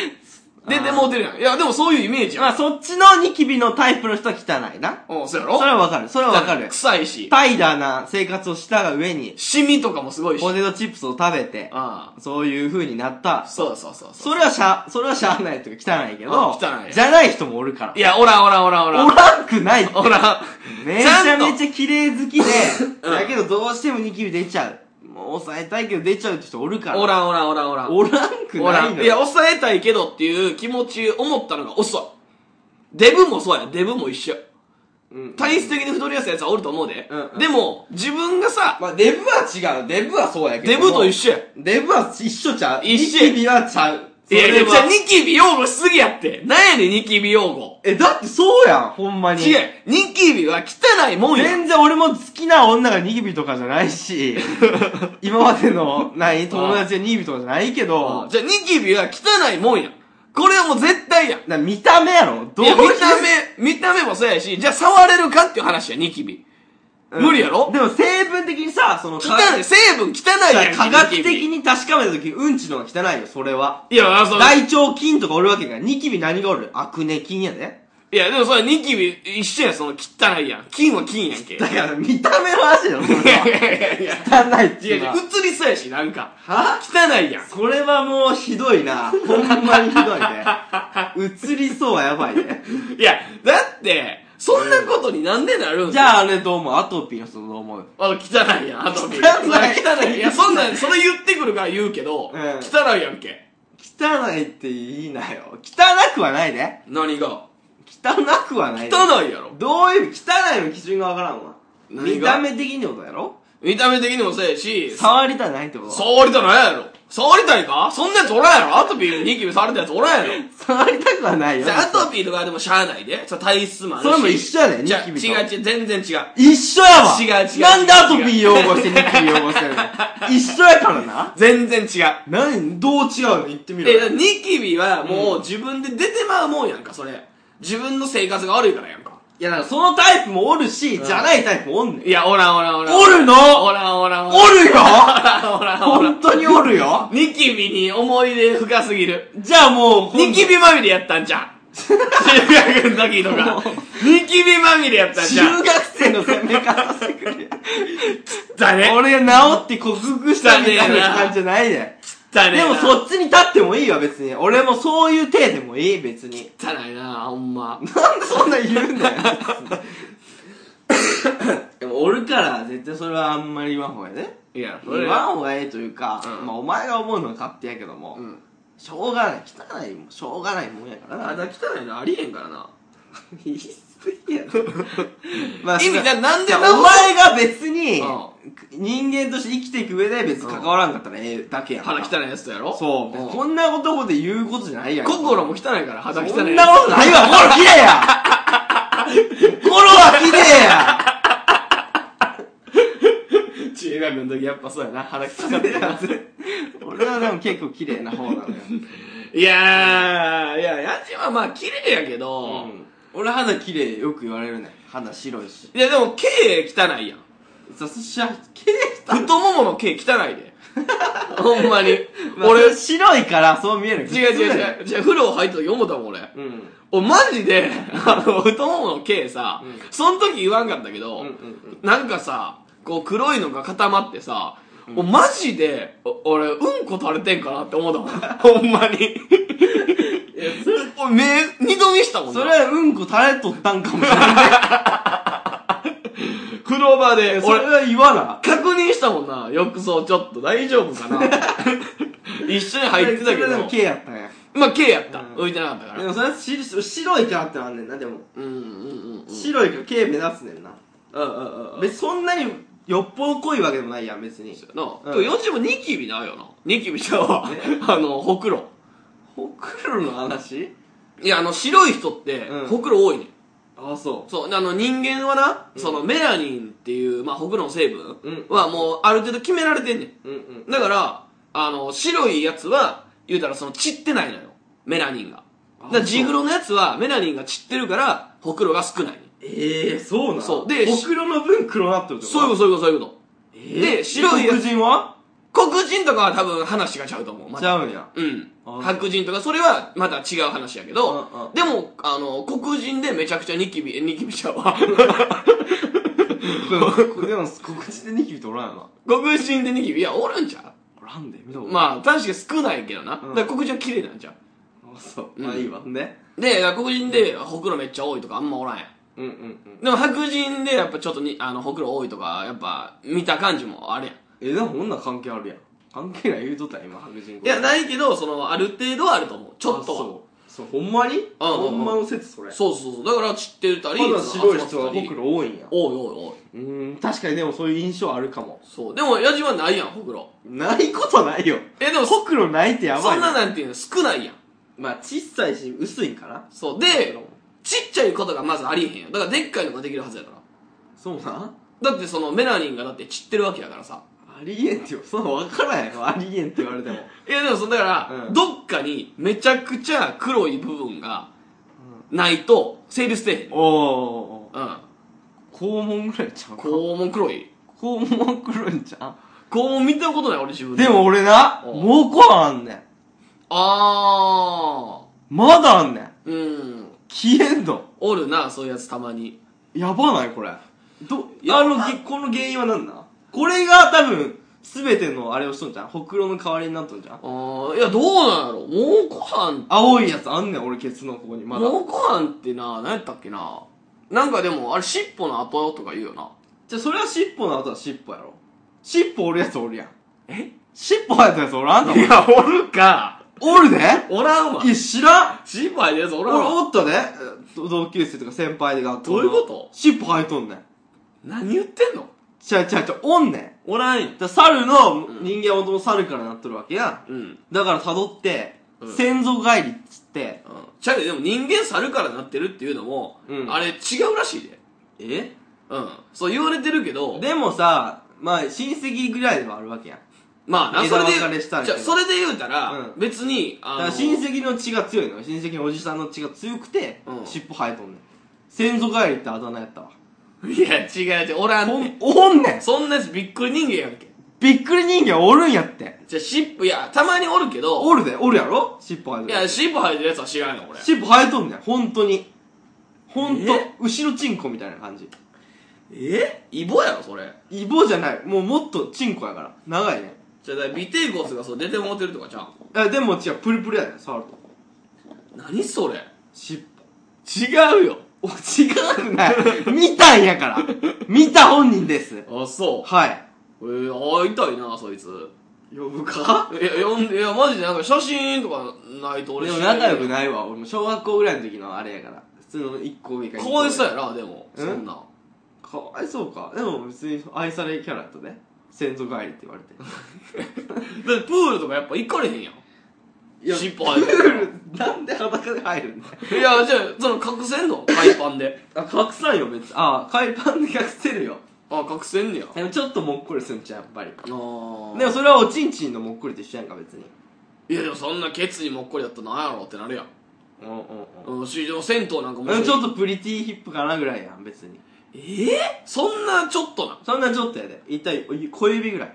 Speaker 1: 出てもうてるやん。いや、でもそういうイメージやん。
Speaker 2: まあそっちのニキビのタイプの人は汚いな
Speaker 1: うん、そうやろ
Speaker 2: それはわかるそれはわかる
Speaker 1: 臭いし、
Speaker 2: 怠惰な生活をしたが上に
Speaker 1: シミとかもすごいし。
Speaker 2: ポテトチップスを食べて
Speaker 1: あ
Speaker 2: そういう風になった
Speaker 1: あ、そうそうそうそう。
Speaker 2: それはしゃそれはしゃあないというか汚いけ
Speaker 1: あ
Speaker 2: ど
Speaker 1: 汚い
Speaker 2: じゃない人もおるから
Speaker 1: いや、おらんおらんおらんおらん。
Speaker 2: おらんくないって
Speaker 1: おらん。
Speaker 2: めちゃめ
Speaker 1: ゃ
Speaker 2: ちゃ綺麗好きで、
Speaker 1: うん
Speaker 2: だけどどうしてもニキビ出ちゃう。もう抑えたいけど出ちゃうって人おるから。
Speaker 1: おらんおらんおらんおらん。
Speaker 2: おらんく
Speaker 1: ほ
Speaker 2: な
Speaker 1: ら
Speaker 2: いの
Speaker 1: いや、抑えたいけどっていう気持ち思ったのが遅い。デブもそうや。デブも一緒。
Speaker 2: うん
Speaker 1: 体質的に太りやすいやつはおると思うで。
Speaker 2: うんうん
Speaker 1: でも、自分がさ、
Speaker 2: まあ、デブは違う。デブはそうやけど。
Speaker 1: デブと一緒
Speaker 2: 緒。
Speaker 1: や。
Speaker 2: デブは一緒ちゃう。
Speaker 1: 一緒や
Speaker 2: ニキビはちゃう。
Speaker 1: いやいや、
Speaker 2: それは
Speaker 1: じゃあニキビ用語しすぎやって。なんやねん、ニキビ用語。
Speaker 2: え、だってそうやん、ほんまに。
Speaker 1: 違う。ニキビは汚いもんや。
Speaker 2: 全然俺も好きな女がニキビとかじゃない し、今までの、何友達がニキビとかじゃないけど、
Speaker 1: じゃあニキビは汚いもんや。これはもう絶対や。
Speaker 2: な見た目やろど
Speaker 1: いや、見た
Speaker 2: 目
Speaker 1: 目、見た目もそうやし、じゃあ触れるかっていう話や、ニキビ。無理やろ
Speaker 2: でも成分的にさ、その、
Speaker 1: 汚い、成分汚いやん。
Speaker 2: 科学的
Speaker 1: に。
Speaker 2: に確かめたとき、うんちの方が汚いよ、それは。
Speaker 1: いや、そう。
Speaker 2: 大腸菌とかおるわけが、ニキビ何がおるアクネ菌やで。
Speaker 1: いや、でもそれニキビ一緒やん、その汚いやん。金は金やんけ。い
Speaker 2: だから、見た目の話だよ、それ
Speaker 1: や いや
Speaker 2: は。
Speaker 1: いやいや。
Speaker 2: 汚いって
Speaker 1: 違
Speaker 2: いう
Speaker 1: 違
Speaker 2: う
Speaker 1: う
Speaker 2: のは。
Speaker 1: 映りそうやし、なんか。
Speaker 2: は
Speaker 1: 汚いやん。
Speaker 2: それはもうひどいな。ほんまにひど いね。映りそうはやばいね。
Speaker 1: いや、だって、そんなことになんでなるん
Speaker 2: じゃああれどう思うアトピーの人どう思う
Speaker 1: あ、汚いやん、アトピー。
Speaker 2: 汚い
Speaker 1: 汚い。いや、そんなん、それ言ってくるから言うけど、
Speaker 2: うん
Speaker 1: 汚いやんけ。
Speaker 2: 汚いって言いなよ。汚くはないで。
Speaker 1: 何が。
Speaker 2: 汚くはない
Speaker 1: 汚いやろ。
Speaker 2: どういう汚いの基準がわからんわ
Speaker 1: 何が
Speaker 2: 見た目的にってことやろ
Speaker 1: 見た目的にもそうやし、
Speaker 2: 触りたないってこと
Speaker 1: 触りたないやろ。触りたいかそんなやつおらんやろ。アトピー、ニキビ触れたやつおらんやろ。
Speaker 2: 触りたくはないよ
Speaker 1: じゃあアトピーとかはでもしゃあないで。それ体質もあるし。
Speaker 2: それも一緒やねん
Speaker 1: じゃあ
Speaker 2: ニ
Speaker 1: 違う
Speaker 2: キビと
Speaker 1: 違う、全然違う。
Speaker 2: 一緒やわ
Speaker 1: 違う違う
Speaker 2: なんでアトピー擁護してニキビ擁護して るの一緒やからな
Speaker 1: 全然違う。
Speaker 2: 何どう違うの言ってみろ
Speaker 1: え、だか
Speaker 2: よ
Speaker 1: らニキビはもう自分で出てまうもんやんか、それ。自分の生活が悪いからやんか。
Speaker 2: いや、だからそのタイプもおるし、じゃないタイプもおんねん。
Speaker 1: いや、おらんおらんおらん。
Speaker 2: おるの
Speaker 1: おらんおらんおらん。
Speaker 2: おるよ
Speaker 1: おらんおらんおらん
Speaker 2: 本。当におるよ
Speaker 1: ニキビに思い出深すぎる。
Speaker 2: じゃあもうほん、
Speaker 1: ニキビまみれやったんじゃん。中学の時とか。ニキビまみれやったんじゃ
Speaker 2: 中
Speaker 1: ん。
Speaker 2: 学生の攻め方してくれ。
Speaker 1: だね。
Speaker 2: 俺治って克服したみたいな感じじゃないで。
Speaker 1: だね。
Speaker 2: でもそっちに立ってもいいわ、別に。俺もそういう体でもいい、別に。
Speaker 1: 汚いなほん ま。
Speaker 2: なんでそんな言 うんだよ。でも俺から絶対それはあんまり言わんほうがええね。
Speaker 1: いや、それ
Speaker 2: 言わんほうがええというか、
Speaker 1: うん
Speaker 2: まあお前が思うのは勝手やけども、
Speaker 1: うん。
Speaker 2: しょうがない、汚いもん、しょうがないもんやからな。
Speaker 1: あ、だから汚いのありえんから な。
Speaker 2: 言い過ぎやろ。ま
Speaker 1: 意味ななんで
Speaker 2: お
Speaker 1: な
Speaker 2: 前が別に
Speaker 1: う、
Speaker 2: 人間として生きていく上で別に関わらんかったらええだけやんか
Speaker 1: 肌汚いやつとやろ
Speaker 2: そう。
Speaker 1: ん
Speaker 2: こんな男で言うことじゃないやん。
Speaker 1: 心も汚いから肌汚いやつ。
Speaker 2: そんなことないわ、心綺麗 や心は綺麗や
Speaker 1: 中学の時やっぱそうやな、腹き
Speaker 2: 俺はでも結構綺麗な方なのよ。
Speaker 1: いやー、いや、家賃はまあ綺麗やけど、
Speaker 2: 俺肌綺麗よく言われるね。肌白いし。
Speaker 1: いやでも、毛汚いやん。
Speaker 2: そしゃ、綺麗
Speaker 1: 太ももの毛汚い で。ほんまに。俺、違
Speaker 2: 俺、白いからそう見える。
Speaker 1: う違う違う。じゃ風呂入った時思ったもん俺。
Speaker 2: うん。
Speaker 1: 俺マジで、あの、太ももの毛さ、
Speaker 2: うん
Speaker 1: その時言わんかったけど、
Speaker 2: うんうんうん
Speaker 1: なんかさ、こう黒いのが固まってさ、おマジで、お俺、うんこ垂れてんかなって 思ったもん。ほんまに。お目、二度見したもんな
Speaker 2: それはうんこ垂れとったんかもしれない。
Speaker 1: 風呂場で、
Speaker 2: それ
Speaker 1: 俺、
Speaker 2: は言わな。
Speaker 1: 確認したもんな。浴槽ちょっと大丈夫か な一緒に入ってたけ
Speaker 2: それでも
Speaker 1: ど。
Speaker 2: K やったんや。
Speaker 1: まあ、毛やった。
Speaker 2: うん
Speaker 1: 浮いてなかったか
Speaker 2: で
Speaker 1: ら。
Speaker 2: もそれはし白いからってのあんねんな、でも。
Speaker 1: うんうんうんうん。
Speaker 2: 白いから K 目立つねんな。
Speaker 1: うんうんうんうん。
Speaker 2: 別にそんなによっぽど濃いわけでもないやん、別に。
Speaker 1: なあ、
Speaker 2: うん
Speaker 1: よちもニキビないよな。ニキビちゃうわ
Speaker 2: ね。
Speaker 1: あの、ほくろ。
Speaker 2: ほくろの話
Speaker 1: いや、あの、白い人って
Speaker 2: うん、
Speaker 1: ほくろ多いねん。
Speaker 2: あ、そ
Speaker 1: そう、であの、人間はな、
Speaker 2: うん
Speaker 1: その、メラニンっていう、まあ、ほくろの成分
Speaker 2: うん
Speaker 1: は、もう、ある程度決められてんね
Speaker 2: う。うんうん。
Speaker 1: ん。だから、あの、白いやつは、言うたら、その、散ってないのよ。メラニンが。だから、
Speaker 2: あ
Speaker 1: ジグロのやつは、メラニンが散ってるから、ほくろが少ないねん。
Speaker 2: ええそうなの
Speaker 1: そうで
Speaker 2: ほくろの分黒なってるってこと
Speaker 1: そういうこと、そういうこと、そういうこ
Speaker 2: え
Speaker 1: で白いや
Speaker 2: 黒
Speaker 1: つ
Speaker 2: 人は
Speaker 1: と。黒人とかは多分、話がちゃうと思う。ま
Speaker 2: ち
Speaker 1: た
Speaker 2: ゃうんや。
Speaker 1: うん
Speaker 2: あ。
Speaker 1: 白人とか、それはまた違う話やけど
Speaker 2: うんうん、
Speaker 1: でも、あの、黒人でめちゃくちゃニキビ、えニキビちゃう わ。
Speaker 2: でも、でも黒人でニキビっておらんやな。
Speaker 1: 黒人でニキビ、いや、おるんちゃ
Speaker 2: おらんで、見たこ
Speaker 1: う
Speaker 2: ま
Speaker 1: まあ、確かに少ないけどな。だ
Speaker 2: うん
Speaker 1: から黒人は綺麗なんちゃ
Speaker 2: あ、そう。
Speaker 1: うん
Speaker 2: まあいいわ。ね。
Speaker 1: う。で、だから黒人でほくろめっちゃ多いとかあんまおらんやん。
Speaker 2: うんうんうん。
Speaker 1: でも白人でやっぱちょっとに、あの、ほくろ多いとか、やっぱ見た感じもあるやん。
Speaker 2: え、でも女関係あるやん。関係ない言うとったやん、今、白人
Speaker 1: いや、ないけど、その、ある程度はあると思う。ち
Speaker 2: ち
Speaker 1: ょっとは。
Speaker 2: そう。そう、ほんまにほんまの説それ。
Speaker 1: そうそうそう。だから散ってたり、
Speaker 2: まだ白い人
Speaker 1: 集ま
Speaker 2: は
Speaker 1: ってたり
Speaker 2: ほくろ多いんや。
Speaker 1: 多い多い多い。
Speaker 2: うーん、確かにでもそういう印象あるかも。
Speaker 1: そう。でも、矢島ないやん、ほくろ。
Speaker 2: ないことないよ。
Speaker 1: え、でも、
Speaker 2: ほくろないってやばい。
Speaker 1: そんな、なんていうの少ないやん。
Speaker 2: まあ、小さいし、薄いんかな。
Speaker 1: そう。で、ちっちゃいことがまずありえへんやん。だからでっかいのができるはずやか
Speaker 2: そうなん
Speaker 1: ら。だってそのメラニンがだって散ってるわけやからさ。
Speaker 2: ありえんってよ。そんなわからんやろ。ありえんって言われても。
Speaker 1: いやでもそのだから、
Speaker 2: うん
Speaker 1: どっかにめちゃくちゃ黒い部分がないと成立せえへん。うん。
Speaker 2: おー。肛門ぐらいちゃうか。
Speaker 1: 肛門黒い。
Speaker 2: 肛門くるんちゃ
Speaker 1: 肛門見たことない俺自
Speaker 2: う
Speaker 1: 分
Speaker 2: で。も俺な、
Speaker 1: お
Speaker 2: もうこあんねん。
Speaker 1: あ
Speaker 2: まだあんねん。
Speaker 1: ー。うん。
Speaker 2: 消えんの。
Speaker 1: おるな、そういうやつたまに。
Speaker 2: やばないこれ。ど、
Speaker 1: や
Speaker 2: あの、げこの原因は何だこれが多分、すべてのあれをしとんじゃんほくろの代わりになっとんじゃん
Speaker 1: あー。いや、どうなんやろ。蒙古斑。
Speaker 2: 青いやつあんねん、俺、ケツのここに、まだ。
Speaker 1: 蒙古斑ってな、何やったっけな。なんかでも、あれ尻尾の後とか言うよな。
Speaker 2: じゃ、それは尻尾の後は尻尾やろ。尻尾おるやつおるやん。
Speaker 1: え
Speaker 2: 尻尾生えたやつおらんの
Speaker 1: いや、おるか。
Speaker 2: おるで
Speaker 1: おらんわ
Speaker 2: い。や、知らん
Speaker 1: 心配です、おら
Speaker 2: 俺
Speaker 1: んわ。
Speaker 2: おったで同級生とか先輩で学校の
Speaker 1: どういうこと
Speaker 2: 尻尾生えとんねん。
Speaker 1: 何言ってんの
Speaker 2: ちゃうちゃうちゃう、おんねん。
Speaker 1: おらんよ。
Speaker 2: だから猿の、人間はもともと猿からなっとるわけや。
Speaker 1: うん。
Speaker 2: だから辿って、
Speaker 1: うん
Speaker 2: 先祖返りっつって、
Speaker 1: ちゃうで、でも人間猿からなってるっていうのも、
Speaker 2: うん
Speaker 1: あれ違うらしいで。
Speaker 2: え
Speaker 1: うん。そう言われてるけど、
Speaker 2: でもさ、まあ親戚ぐらいではあるわけやん。
Speaker 1: まあな、そ
Speaker 2: 枝
Speaker 1: れで
Speaker 2: 分かれしたんやけ
Speaker 1: じ
Speaker 2: ど
Speaker 1: ゃあそれで言うたら、
Speaker 2: うん
Speaker 1: 別に、
Speaker 2: だ
Speaker 1: あ
Speaker 2: から親戚の血が強いのよ。親戚のおじさんの血が強くて、
Speaker 1: うん
Speaker 2: 尻尾生えとんねん。先祖返りってあだ名やったわ。
Speaker 1: いや、違う違う、おらん
Speaker 2: お
Speaker 1: ね
Speaker 2: ん
Speaker 1: ん。
Speaker 2: おんねん
Speaker 1: そんなやつびっくり人間やんけ。
Speaker 2: びっくり人間おるんやって。
Speaker 1: じゃあ、尻尾、いや、たまにおるけど、
Speaker 2: おるで、おるやろ尻尾生え
Speaker 1: い
Speaker 2: てる
Speaker 1: や、。尻尾生えてるやつは知らんよ、俺。
Speaker 2: 尻尾生えとんねん、ほんとに。ほんと
Speaker 1: え、
Speaker 2: 後ろチンコみたいな感じ。
Speaker 1: えイボやろ、それ。
Speaker 2: イボじゃない、もうもっとチンコやから。長いね。
Speaker 1: じゃあ、だから尾低骨がそう出てもうてるとかちゃう
Speaker 2: あでも違う、プルプルやねん、触ると。
Speaker 1: 何それ
Speaker 2: 尻
Speaker 1: 違うよ。
Speaker 2: 尾。お、違くない。見たんやから。見た本人です。
Speaker 1: あ、そ
Speaker 2: はい。
Speaker 1: う。えー、会いたいな、そいつ。
Speaker 2: 呼ぶか
Speaker 1: いや、呼んで、いや、マジでなんか写真とかないと俺
Speaker 2: でも仲良く
Speaker 1: い。
Speaker 2: ないわ。俺も小学校ぐらいの時のあれやから。普通の1個上か
Speaker 1: かわいそう
Speaker 2: う
Speaker 1: やな、でも。
Speaker 2: え
Speaker 1: そんな。
Speaker 2: かわいそうか。でも別に愛されキャラやったね。先祖返りって言われて。
Speaker 1: だってプールとかやっぱ行かれへんやん。いや尻尾生えて
Speaker 2: プ
Speaker 1: る
Speaker 2: ール なんで裸で入るんだよ
Speaker 1: いや、じゃあ、その隠せんの海パンで。
Speaker 2: あ、隠さんよ、別に。あ、海パンで隠せるよ。
Speaker 1: あ、隠せんねや。
Speaker 2: でもちょっともっこりすんちゃう、やっぱり。
Speaker 1: あー
Speaker 2: でもそれはおちんちんのもっこりと一緒やんか、別に。
Speaker 1: いやでもそんなケツにもっこりだったらなんやろってなるやん。
Speaker 2: うんうん
Speaker 1: うん、し、でも銭湯なんかも
Speaker 2: うん。ちょっとプリティヒップかなぐらいやん、別に。
Speaker 1: えー、そんなちょっとな。
Speaker 2: そんなちょっとやで。一体、お小指ぐ らい。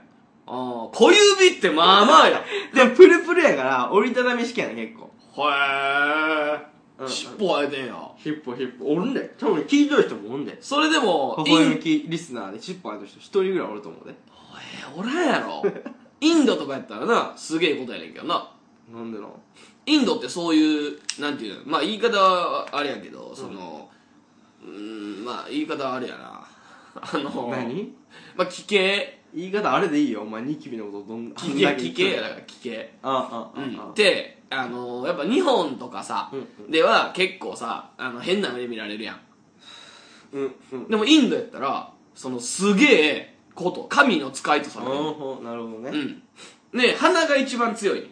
Speaker 1: ああ、小指ってまあまあや。
Speaker 2: でも、プルプルやから、折りたたみ式やね、結構。
Speaker 1: へえ。
Speaker 2: うん
Speaker 1: 尻尾生えてんや。
Speaker 2: ヒップヒップ。おるんで。多分、聞いとる人もおるんで。
Speaker 1: それでも、
Speaker 2: 微
Speaker 1: イ
Speaker 2: 笑
Speaker 1: ン
Speaker 2: みきリスナーで、尻尾ある人一人ぐらいおると思うで。
Speaker 1: えー、おらんやろ。インドとかやったらな、すげえことやねんけどな。
Speaker 2: なんでの
Speaker 1: インドってそういう、なんていうの、まあ言い方はあれやけど、その、うーん、まあ言い方はあれやな。 あの、
Speaker 2: 何
Speaker 1: まあ、奇形。
Speaker 2: 言い方あれでいいよ、お前、ニキビのことどん
Speaker 1: 奇形、奇形や
Speaker 2: な。
Speaker 1: だから奇形。
Speaker 2: ああ、
Speaker 1: う
Speaker 2: ああ、
Speaker 1: ん
Speaker 2: ああ。
Speaker 1: で、あのーやっぱ日本とかさ、
Speaker 2: うん
Speaker 1: では結構さ、あの、変な目で見られるやん。
Speaker 2: うん、うん。
Speaker 1: でもインドやったら、そのすげえこと、神の使いとされる。
Speaker 2: うん、なるほどね。
Speaker 1: うん。で、鼻が一番強いね。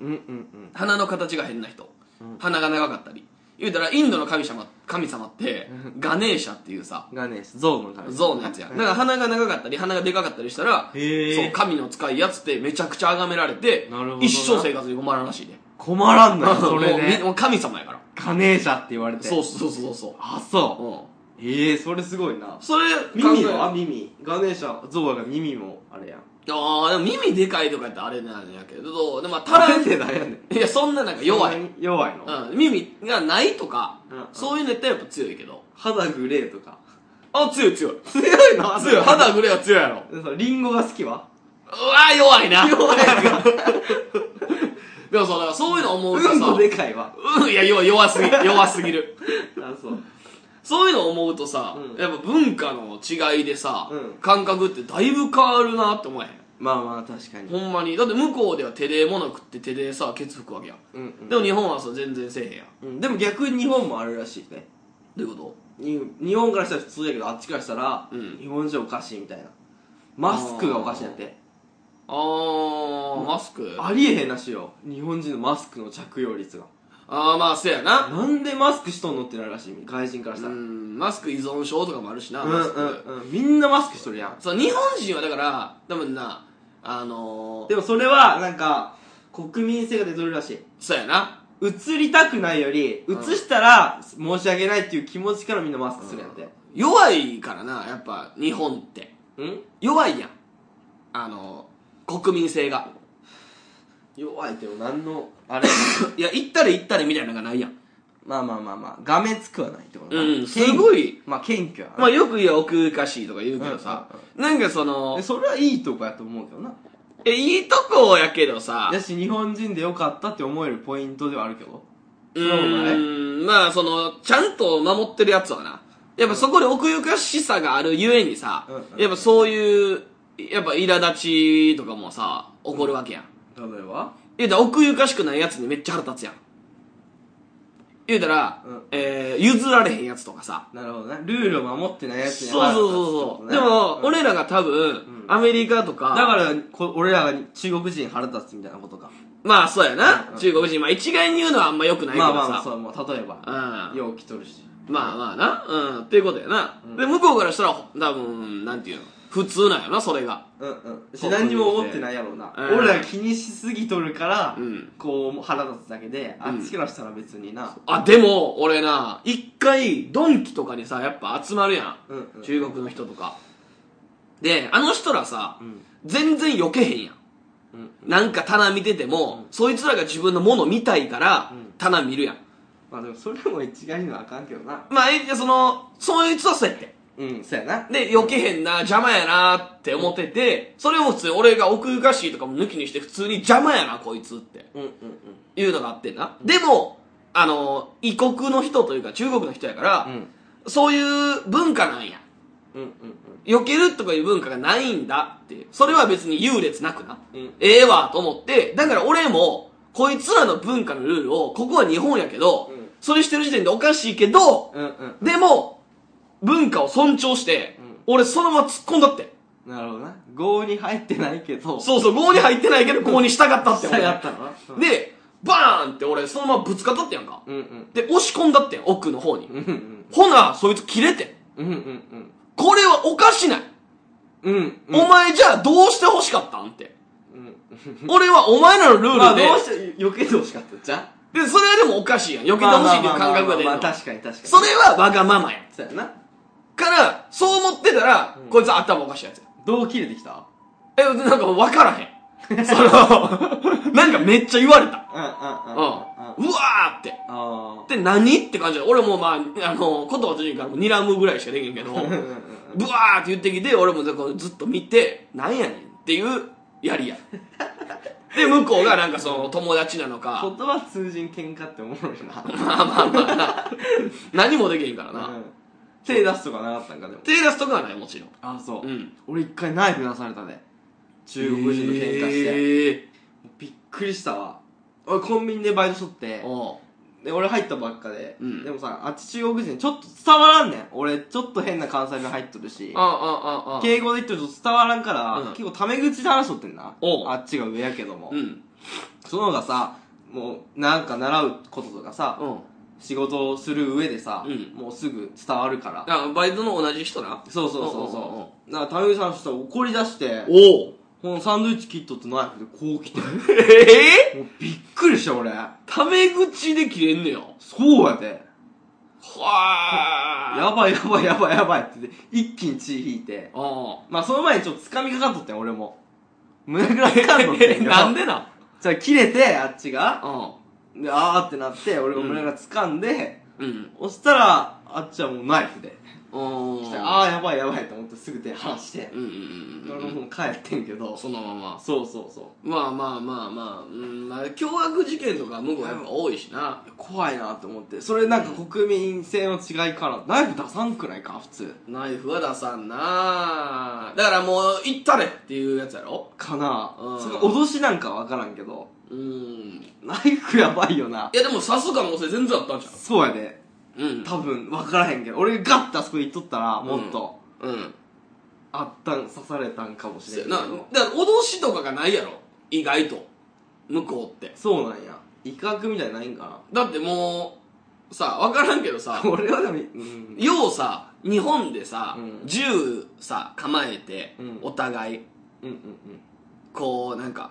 Speaker 2: うんうん
Speaker 1: 鼻の形が変な人
Speaker 2: うん。
Speaker 1: 鼻が長かったり。言うたら、インドの神様、神様って、ガネーシャっていうさ、
Speaker 2: うん。がね、ゾウのため。
Speaker 1: 象のやつや。だ
Speaker 2: うん
Speaker 1: から鼻が長かったり、鼻がでかかったりしたら、
Speaker 2: へー
Speaker 1: そう、神の使いやつってめちゃくちゃ崇められて
Speaker 2: なるほど、な
Speaker 1: 一生生活に困らんらしいね。
Speaker 2: 困ら んのよ、それ
Speaker 1: もうみ
Speaker 2: で。
Speaker 1: もう神様やから。
Speaker 2: ガネーシャって言われて。
Speaker 1: そうそうそうそう。
Speaker 2: あ、そ
Speaker 1: う。。
Speaker 2: う。ええそれすごいなん
Speaker 1: それ、
Speaker 2: 耳
Speaker 1: 考え
Speaker 2: は耳。ガネーシャ、ゾウが耳も、あれやん。
Speaker 1: ああ、でも耳でかいとかやったらあれなんやけど、でもまあ、た
Speaker 2: タ
Speaker 1: ら
Speaker 2: ラ
Speaker 1: ん、
Speaker 2: ンテだよね。
Speaker 1: いや、そんななんか弱い。。
Speaker 2: 弱いの、
Speaker 1: うん、耳がないとか
Speaker 2: うんうん、
Speaker 1: そういうのやったらやっぱ強いけど。
Speaker 2: 肌グレーと か。
Speaker 1: あ、強い強い。
Speaker 2: 強いの
Speaker 1: 強い。肌グレーは強いやろ。
Speaker 2: そうリンゴが好きは
Speaker 1: うわ弱いな。
Speaker 2: 弱いか。
Speaker 1: でもそう、だからそういうの思うと
Speaker 2: うんこ
Speaker 1: さ、
Speaker 2: でかいわ。
Speaker 1: うん、いや、弱弱すぎ、弱すぎる。
Speaker 2: あ、そう。
Speaker 1: そういうの思うとさ、
Speaker 2: うん
Speaker 1: やっぱ文化の違いでさ、
Speaker 2: うん
Speaker 1: 感覚ってだいぶ変わるなって思えへん。
Speaker 2: まあまあ、確かに。
Speaker 1: ほんまに。だって向こうでは手で物食って手でさ、ケツ拭くわけやん。
Speaker 2: うん、
Speaker 1: でも日本はさ、全然せえへんやん。
Speaker 2: うんうん。でも逆に日本もあるらしいね。
Speaker 1: どういうこ
Speaker 2: に日本からしたら普通やけど、あっちからしたら、
Speaker 1: うん
Speaker 2: 日本人おかしいみたいな。マスクがおかしいんやって。
Speaker 1: とあー、マスクあ
Speaker 2: ありえへんらしいよ日本人のマスクの着用率が
Speaker 1: あー、まあ、せやな。
Speaker 2: なんでマスクしとんのってなるらしい外人からし
Speaker 1: う
Speaker 2: たらうん
Speaker 1: ん、マスク依存症とかもあるしな、
Speaker 2: う
Speaker 1: マ
Speaker 2: ん
Speaker 1: スク。
Speaker 2: うんみんなマスクしとるやん
Speaker 1: そう、日本人はだから、多分な、あのー、
Speaker 2: でもそれはなんか国民性が出とるらしい
Speaker 1: そうやな。
Speaker 2: 移りたくないより移
Speaker 1: ん
Speaker 2: したら申し訳ないっていう気持ちからみんなマスクするやんて
Speaker 1: 弱いからな、やっぱ、日本って。
Speaker 2: うん
Speaker 1: 弱いやん。あのー、国民性が。
Speaker 2: 弱いけど何のあれ
Speaker 1: いや、行ったれ行ったれみたいなのがないやん。
Speaker 2: まあまあまあまあがめつくはないってことか
Speaker 1: うん
Speaker 2: 謙虚
Speaker 1: すごい
Speaker 2: まあ謙虚や
Speaker 1: まあ、よく言う奥ゆかしいとか言うけどさ、なんかその
Speaker 2: で、それはいいとこやと思うけどな
Speaker 1: え、いいとこやけどさ、
Speaker 2: だし日本人でよかったって思えるポイントではあるけど
Speaker 1: う
Speaker 2: そうもない
Speaker 1: ーん、まあ、その、ちゃんと守ってるやつはな。やっぱそこで奥ゆかしさがあるゆえにさ、
Speaker 2: うんうん
Speaker 1: やっぱそういう、やっぱ苛立ちとかもさ、起こるわけやん。
Speaker 2: 例えば
Speaker 1: 言うたら奥ゆかしくないやつにめっちゃ腹立つやん言うたら、
Speaker 2: うん
Speaker 1: えー、譲られへんやつとかさ
Speaker 2: なるほどねルールを守ってないやつ
Speaker 1: そう
Speaker 2: に
Speaker 1: そうそうそう、でも、
Speaker 2: 俺
Speaker 1: 俺らが多分、アメリカとか
Speaker 2: だからこ俺らが中国人に腹立つみたいなことか
Speaker 1: まあそうやな、
Speaker 2: うん
Speaker 1: 中国人まあ一概に言うのはあんま良くないけどさ
Speaker 2: まあまあまあそうもう例えば
Speaker 1: うん
Speaker 2: よう来とるし
Speaker 1: まあまあな、うん、っていうことやな。
Speaker 2: うん
Speaker 1: で、向こうからしたら、ほ多分、なんていうの、普通なんやな、それが。
Speaker 2: うんうん
Speaker 1: そう
Speaker 2: 何にも思ってないやろうな、
Speaker 1: うん
Speaker 2: 俺ら気にしすぎとるから、
Speaker 1: うん。
Speaker 2: こう腹立つだけで、
Speaker 1: うん
Speaker 2: あっちからしたら別にな
Speaker 1: あ、でも、俺な、一回、ドンキとかにさ、やっぱ集まるやん。
Speaker 2: うんうん
Speaker 1: 中国の人とか。で、あの人らさ
Speaker 2: う、ん
Speaker 1: 全然避けへんやん。
Speaker 2: うん
Speaker 1: なんか棚見てても、
Speaker 2: う
Speaker 1: そいつらが自分のもの見たいから、
Speaker 2: うん
Speaker 1: 棚見るやん。
Speaker 2: まあでもそれも一概にはあかんけどな
Speaker 1: まあ、えその、そいつはそうやって。
Speaker 2: うんそうやな
Speaker 1: で、避けへんな、邪魔やなって思ってて、それを普通に俺が奥ゆかしいとかも抜きにして普通に邪魔やな、こいつって。
Speaker 2: うんうん
Speaker 1: いうのがあってんな。でも、あの、異国の人というか中国の人やから、
Speaker 2: うんうん
Speaker 1: そういう文化なんや。
Speaker 2: うんうん
Speaker 1: 避けるとかいう文化がないんだっていう。それは別に優劣なくな。
Speaker 2: うんうん
Speaker 1: ええわと思って、だから俺も、こいつらの文化のルールを、ここは日本やけど、
Speaker 2: うん
Speaker 1: それしてる時点でおかしいけど、
Speaker 2: うんうん
Speaker 1: でも、文化を尊重して、
Speaker 2: うん
Speaker 1: 俺そのまま突っ込んだって。
Speaker 2: なるほどな合に入ってないけど
Speaker 1: そうそう、合に入ってないけど、ここに従ったって
Speaker 2: 下
Speaker 1: 俺。
Speaker 2: やったのなうん
Speaker 1: で、バーンって俺そのままぶつかったってやんか。
Speaker 2: うんうん
Speaker 1: で、押し込んだってん奥の方に。
Speaker 2: うんうん
Speaker 1: ほな、そいつ切れてん。
Speaker 2: うんうん
Speaker 1: これはおかしない。
Speaker 2: うんうん
Speaker 1: お前じゃあどうして欲しかったんって。
Speaker 2: うん
Speaker 1: 俺はお前らのル
Speaker 2: ま
Speaker 1: ー
Speaker 2: あ
Speaker 1: ルで、
Speaker 2: どうして避けてほしかったじゃん
Speaker 1: で、それはでもおかしいやん。避けてほしいっていう感覚が出
Speaker 2: まあまあまあまあ
Speaker 1: る
Speaker 2: まあ
Speaker 1: の。
Speaker 2: 確かに確かに
Speaker 1: それはわがままやん。
Speaker 2: そうやな
Speaker 1: から、そう思ってたら、
Speaker 2: うん
Speaker 1: こいつは頭おかしいやつや。
Speaker 2: どう切れてきた
Speaker 1: え、なんかわからへん。その、 なんかめっちゃ言われた。
Speaker 2: うんうんうん
Speaker 1: うん。う
Speaker 2: うん
Speaker 1: わ
Speaker 2: うん
Speaker 1: ーって。
Speaker 2: あ
Speaker 1: で、何って感じで、俺もまあ、あの、言葉途中からも睨むぐらいしかできんけど、
Speaker 2: ーうんうんうん
Speaker 1: ブワーって言ってきて、俺もこうずっと見て、なんやねんっていうやりや。で、向こうがなんかその友達なの
Speaker 2: 言
Speaker 1: か、
Speaker 2: 葉通じん喧嘩っておもろいな
Speaker 1: まあまあまあな、何もできへんから
Speaker 2: う
Speaker 1: な。
Speaker 2: ん手出すとかなかったんかでも
Speaker 1: 手出すとかはない、もちろん。
Speaker 2: あそう
Speaker 1: うん。
Speaker 2: 俺一回ナイフ出されたで中国人と喧嘩して、
Speaker 1: て。
Speaker 2: びっくりしたわ俺コンビニでバイトしとって
Speaker 1: おう
Speaker 2: で俺入ったばっかで、
Speaker 1: うん
Speaker 2: でもさあっち中国人ちょっと伝わらんねん俺ちょっと変な関西弁入っとるし
Speaker 1: ああ、ああ、ああ。
Speaker 2: 敬語で言ってると伝わらんから、
Speaker 1: うん
Speaker 2: 結構タメ口で話しとってんな
Speaker 1: おう
Speaker 2: あっちが上やけども、
Speaker 1: うん。
Speaker 2: その方がさもうなんか習うこととかさ、
Speaker 1: うん。
Speaker 2: 仕事をする上でさ、
Speaker 1: うん
Speaker 2: もうすぐ伝わるから
Speaker 1: あバイトの同じ人な。
Speaker 2: そうそうそう
Speaker 1: おうおうおう
Speaker 2: そうだからタメ口話したら怒り出して
Speaker 1: おお。
Speaker 2: このサンドイッチ切っとってナイフでこう来てもう
Speaker 1: ええ
Speaker 2: びっくりした俺
Speaker 1: タメ口で切れんのよ。
Speaker 2: そうやで
Speaker 1: はあ。
Speaker 2: やばいやばいやばいやばいって言って一気に血引いて
Speaker 1: あ
Speaker 2: まあその前にちょっと掴みかかっとってん俺も胸ぐらいかかっとって
Speaker 1: あ。
Speaker 2: ん よ
Speaker 1: なんでな。
Speaker 2: じゃあ切れてあっちが
Speaker 1: う
Speaker 2: であーってなって俺が胸ぐらい掴んで、
Speaker 1: ん。うん。
Speaker 2: 押したらあっちはもうナイフで
Speaker 1: うん
Speaker 2: 来たあーやばいやばいと思ってすぐ手離して
Speaker 1: うんうんう
Speaker 2: 俺
Speaker 1: んうん
Speaker 2: もう帰ってんけど
Speaker 1: そのまま
Speaker 2: そうそうそ
Speaker 1: まあまあまあまあ、うん、まあ凶悪事件とか向こうはやっぱ多いしな
Speaker 2: う怖いなと思ってそれなんか国民性の違いからナイフ出さんくないか普通
Speaker 1: ナイフは出さんなだからもう行ったれっていうやつやろ
Speaker 2: かな
Speaker 1: うん
Speaker 2: それ脅しなんかわからんけど
Speaker 1: うんい
Speaker 2: ナイフやばいよな
Speaker 1: やでも刺す可能性全然あったんじ
Speaker 2: そうやで
Speaker 1: ゃんうん
Speaker 2: 多分分からへんけど俺ガッてあそこ行っとったらもっと、
Speaker 1: うん
Speaker 2: あったん刺されたんかもし
Speaker 1: そ
Speaker 2: れ
Speaker 1: うん
Speaker 2: け
Speaker 1: やなだ
Speaker 2: ど
Speaker 1: から脅しとかがないやろ意外と向こうって
Speaker 2: そうなんや威嚇みたいなのないんか
Speaker 1: だってもうさ分からんけど さ
Speaker 2: な俺はでもうん
Speaker 1: ようさ日本でさ、
Speaker 2: うん
Speaker 1: 銃さ構えて、
Speaker 2: うん
Speaker 1: お互い
Speaker 2: うん
Speaker 1: こうなんか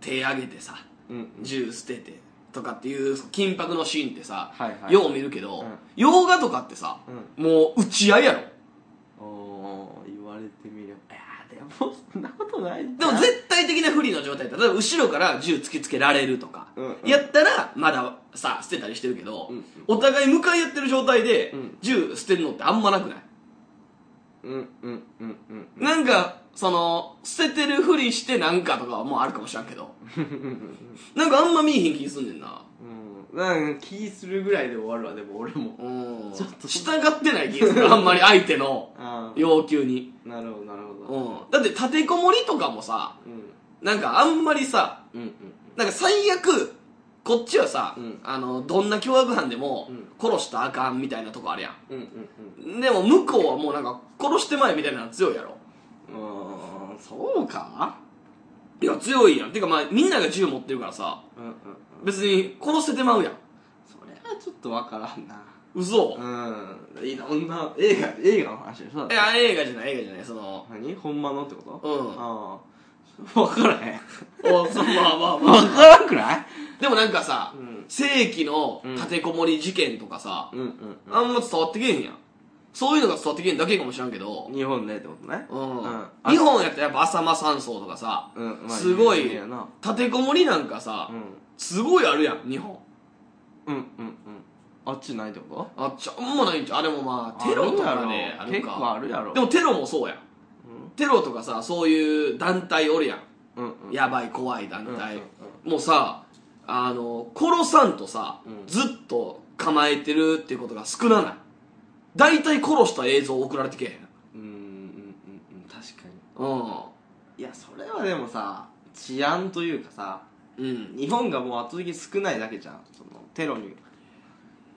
Speaker 1: 手上げてさ
Speaker 2: うんうんうん
Speaker 1: 銃捨ててとかっていう緊迫のシーンってさ、
Speaker 2: はいはい
Speaker 1: よう見るけど、
Speaker 2: うん
Speaker 1: 洋画とかってさ
Speaker 2: う
Speaker 1: もう打ち合いやろ
Speaker 2: んおー言われてみればいやーでもそんなことない
Speaker 1: でも絶対的な不利の状態例えば後ろから銃突きつけられるとか、
Speaker 2: うんうん
Speaker 1: やったらまださ捨てたりしてるけど、
Speaker 2: うんうん
Speaker 1: お互い向かい合ってる状態で、
Speaker 2: うん
Speaker 1: 銃捨てるのってあんまなくない
Speaker 2: うんうんうんうん
Speaker 1: なんかその捨ててるふりしてなんかとかはもうあるかもしれんけどなんかあんま見えへん気すんねんな
Speaker 2: うんなんか気するぐらいで終わるわでも俺も
Speaker 1: うん
Speaker 2: ちょっと
Speaker 1: 従ってない気するあんまり相手の
Speaker 2: ああ
Speaker 1: 要求に
Speaker 2: なるほどなるほど
Speaker 1: うん、だって立てこもりとかもさ
Speaker 2: うん
Speaker 1: なんかあんまりさ
Speaker 2: うんうん
Speaker 1: なんか最悪こっちはさ、
Speaker 2: うん
Speaker 1: あのどんな凶悪犯でも
Speaker 2: うん
Speaker 1: 殺したらあかんみたいなとこあるや
Speaker 2: うんうん
Speaker 1: んでも向こうはもうなんか殺してまえみたいなの強いやろ
Speaker 2: うんうんそうか
Speaker 1: いや強いやんてかまあみんなが銃持ってるからさ
Speaker 2: うんうんうん
Speaker 1: 別に殺せてまうやん
Speaker 2: それはちょっとわからんな
Speaker 1: 嘘、
Speaker 2: うんいろんな映画映画の話でしょだっ
Speaker 1: い
Speaker 2: て
Speaker 1: や映画じゃない映画じゃないその
Speaker 2: 何ほんまのってこと
Speaker 1: うん
Speaker 2: ああわからへん
Speaker 1: おそうまあまあまあ
Speaker 2: わからんくない
Speaker 1: でもなんかさ、
Speaker 2: うん
Speaker 1: 正規の立てこもり事件とかさ、
Speaker 2: うんうん
Speaker 1: あんま伝わってけえへんやんそういうのが伝わってけえへんだけかもしらんけど、
Speaker 2: 日本ねってことね
Speaker 1: うん
Speaker 2: うん
Speaker 1: 日本やったらやっぱ浅間山荘とかさ、
Speaker 2: うんまあ
Speaker 1: すごい
Speaker 2: 有名やな
Speaker 1: 立てこもりなんかさ、
Speaker 2: うん
Speaker 1: すごいあるやん日本
Speaker 2: うんうんうんあっちないってこ
Speaker 1: あっちゃんもないんちゃうあでもまあ
Speaker 2: と
Speaker 1: テロとかで
Speaker 2: ね
Speaker 1: ある
Speaker 2: 結構
Speaker 1: か
Speaker 2: あるやろ
Speaker 1: でもテロもそうやんテロとかさそういう団体おるやん、
Speaker 2: うんうん
Speaker 1: やばい怖い団体、
Speaker 2: うんうん
Speaker 1: もうさあの殺さんとさ、
Speaker 2: うん
Speaker 1: ずっと構えてるっていうことが少なない大体殺した映像送られてけえへん
Speaker 2: うんうんうんうん確かに
Speaker 1: う
Speaker 2: いやそれはでもさ治安というかさ
Speaker 1: んうん
Speaker 2: 日本がもう圧倒的に少ないだけじゃんそのテロに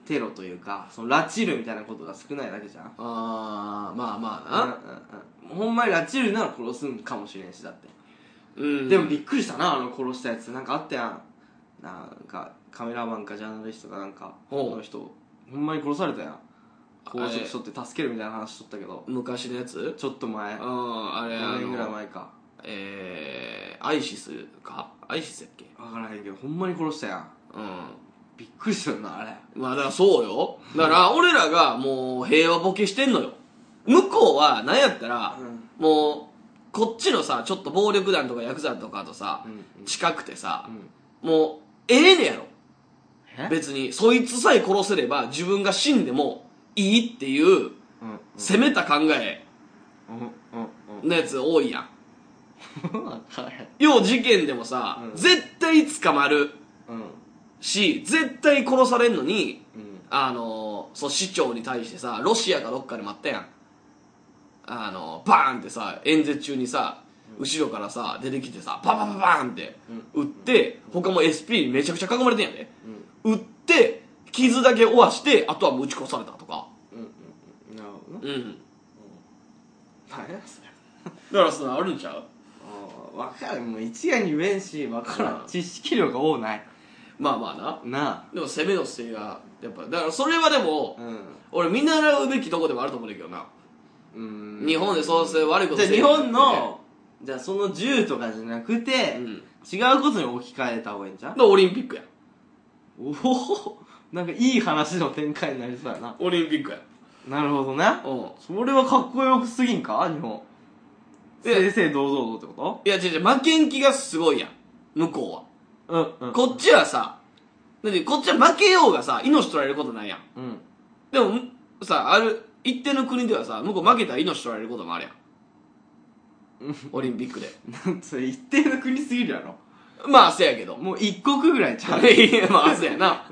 Speaker 2: テロというかその拉致るみたいなことが少ないだけじゃん
Speaker 1: ああまあまあな
Speaker 2: うんうんうんほんまに拉致るなら殺すんかもしれんしだって、
Speaker 1: うん
Speaker 2: でもびっくりしたなあの殺したやつなんかあったやんなんかカメラマンかジャーナリストかなんか
Speaker 1: ほう
Speaker 2: この人ほんまに殺されたやん公職しとって助けるみたいな話しとったけど
Speaker 1: 昔のやつ
Speaker 2: ちょっと前
Speaker 1: う
Speaker 2: 4
Speaker 1: んあれあ
Speaker 2: 年ぐらい
Speaker 1: の
Speaker 2: 前か
Speaker 1: えー、アイシスかアイシスやっけ
Speaker 2: 分からへんけどほんまに殺したやん
Speaker 1: うん
Speaker 2: びっくりしたよなあれ
Speaker 1: まあだからそうよだから俺らがもう平和ボケしてんのよ向こうは何やったら、
Speaker 2: うん
Speaker 1: もうこっちのさちょっと暴力団とかヤクザとかとさ、
Speaker 2: うん
Speaker 1: 近くてさ
Speaker 2: う、ん
Speaker 1: もうええねやろ
Speaker 2: え
Speaker 1: 別にそいつさえ殺せれば自分が死んでもいいっていう
Speaker 2: うんうん
Speaker 1: 攻めた考え
Speaker 2: うん
Speaker 1: のやつ多いやん
Speaker 2: うん分からへん
Speaker 1: 要事件でもさ、
Speaker 2: うん
Speaker 1: 絶対捕まる
Speaker 2: うん
Speaker 1: し絶対殺されんのに
Speaker 2: うん
Speaker 1: あのーそう市長に対してさロシアかどっかで待ったやんあのーバーンってさ演説中にさ後ろからさ出てきてさババババーンって撃って他も SP にめちゃくちゃ囲まれてんやで
Speaker 2: うん
Speaker 1: 撃って傷だけ負わしてあとはもう撃ち殺されたとか
Speaker 2: うんうんなるほどな
Speaker 1: うん
Speaker 2: 何やそれ
Speaker 1: だからさあるんちゃう
Speaker 2: わかるもう一概に言えんしわからん、
Speaker 1: うん
Speaker 2: 知識量が多ない
Speaker 1: まあまあな
Speaker 2: な
Speaker 1: でも攻めの姿勢がやっぱだからそれはでも、
Speaker 2: あうん
Speaker 1: 俺見習うべきとこでもあると思うんだけどな、
Speaker 2: うん
Speaker 1: 日本でそうせ悪いこと
Speaker 2: じゃあ
Speaker 1: せえ
Speaker 2: 日本のじゃあその銃とかじゃなくて、
Speaker 1: うん
Speaker 2: 違うことに置き換えた方がいいんじゃん
Speaker 1: でオリンピックや
Speaker 2: おおなんかいい話の展開になりそうやな
Speaker 1: オリンピックや
Speaker 2: なるほどね
Speaker 1: うん
Speaker 2: それはかっこよくすぎんか日本
Speaker 1: いや
Speaker 2: 正々堂々とってこ
Speaker 1: いや違う違う負けん気がすごいやん向こうは、
Speaker 2: とうんうん
Speaker 1: こっちはさだってこっちは負けようがさ命取られることないやん
Speaker 2: うん
Speaker 1: でもむさある一定の国ではさ向こう負けたら命取られることもあるやん オリンピックで
Speaker 2: なんつう一定の国すぎるやろ
Speaker 1: まあせやけど
Speaker 2: もう一国ぐらいちゃう
Speaker 1: いやまあせや な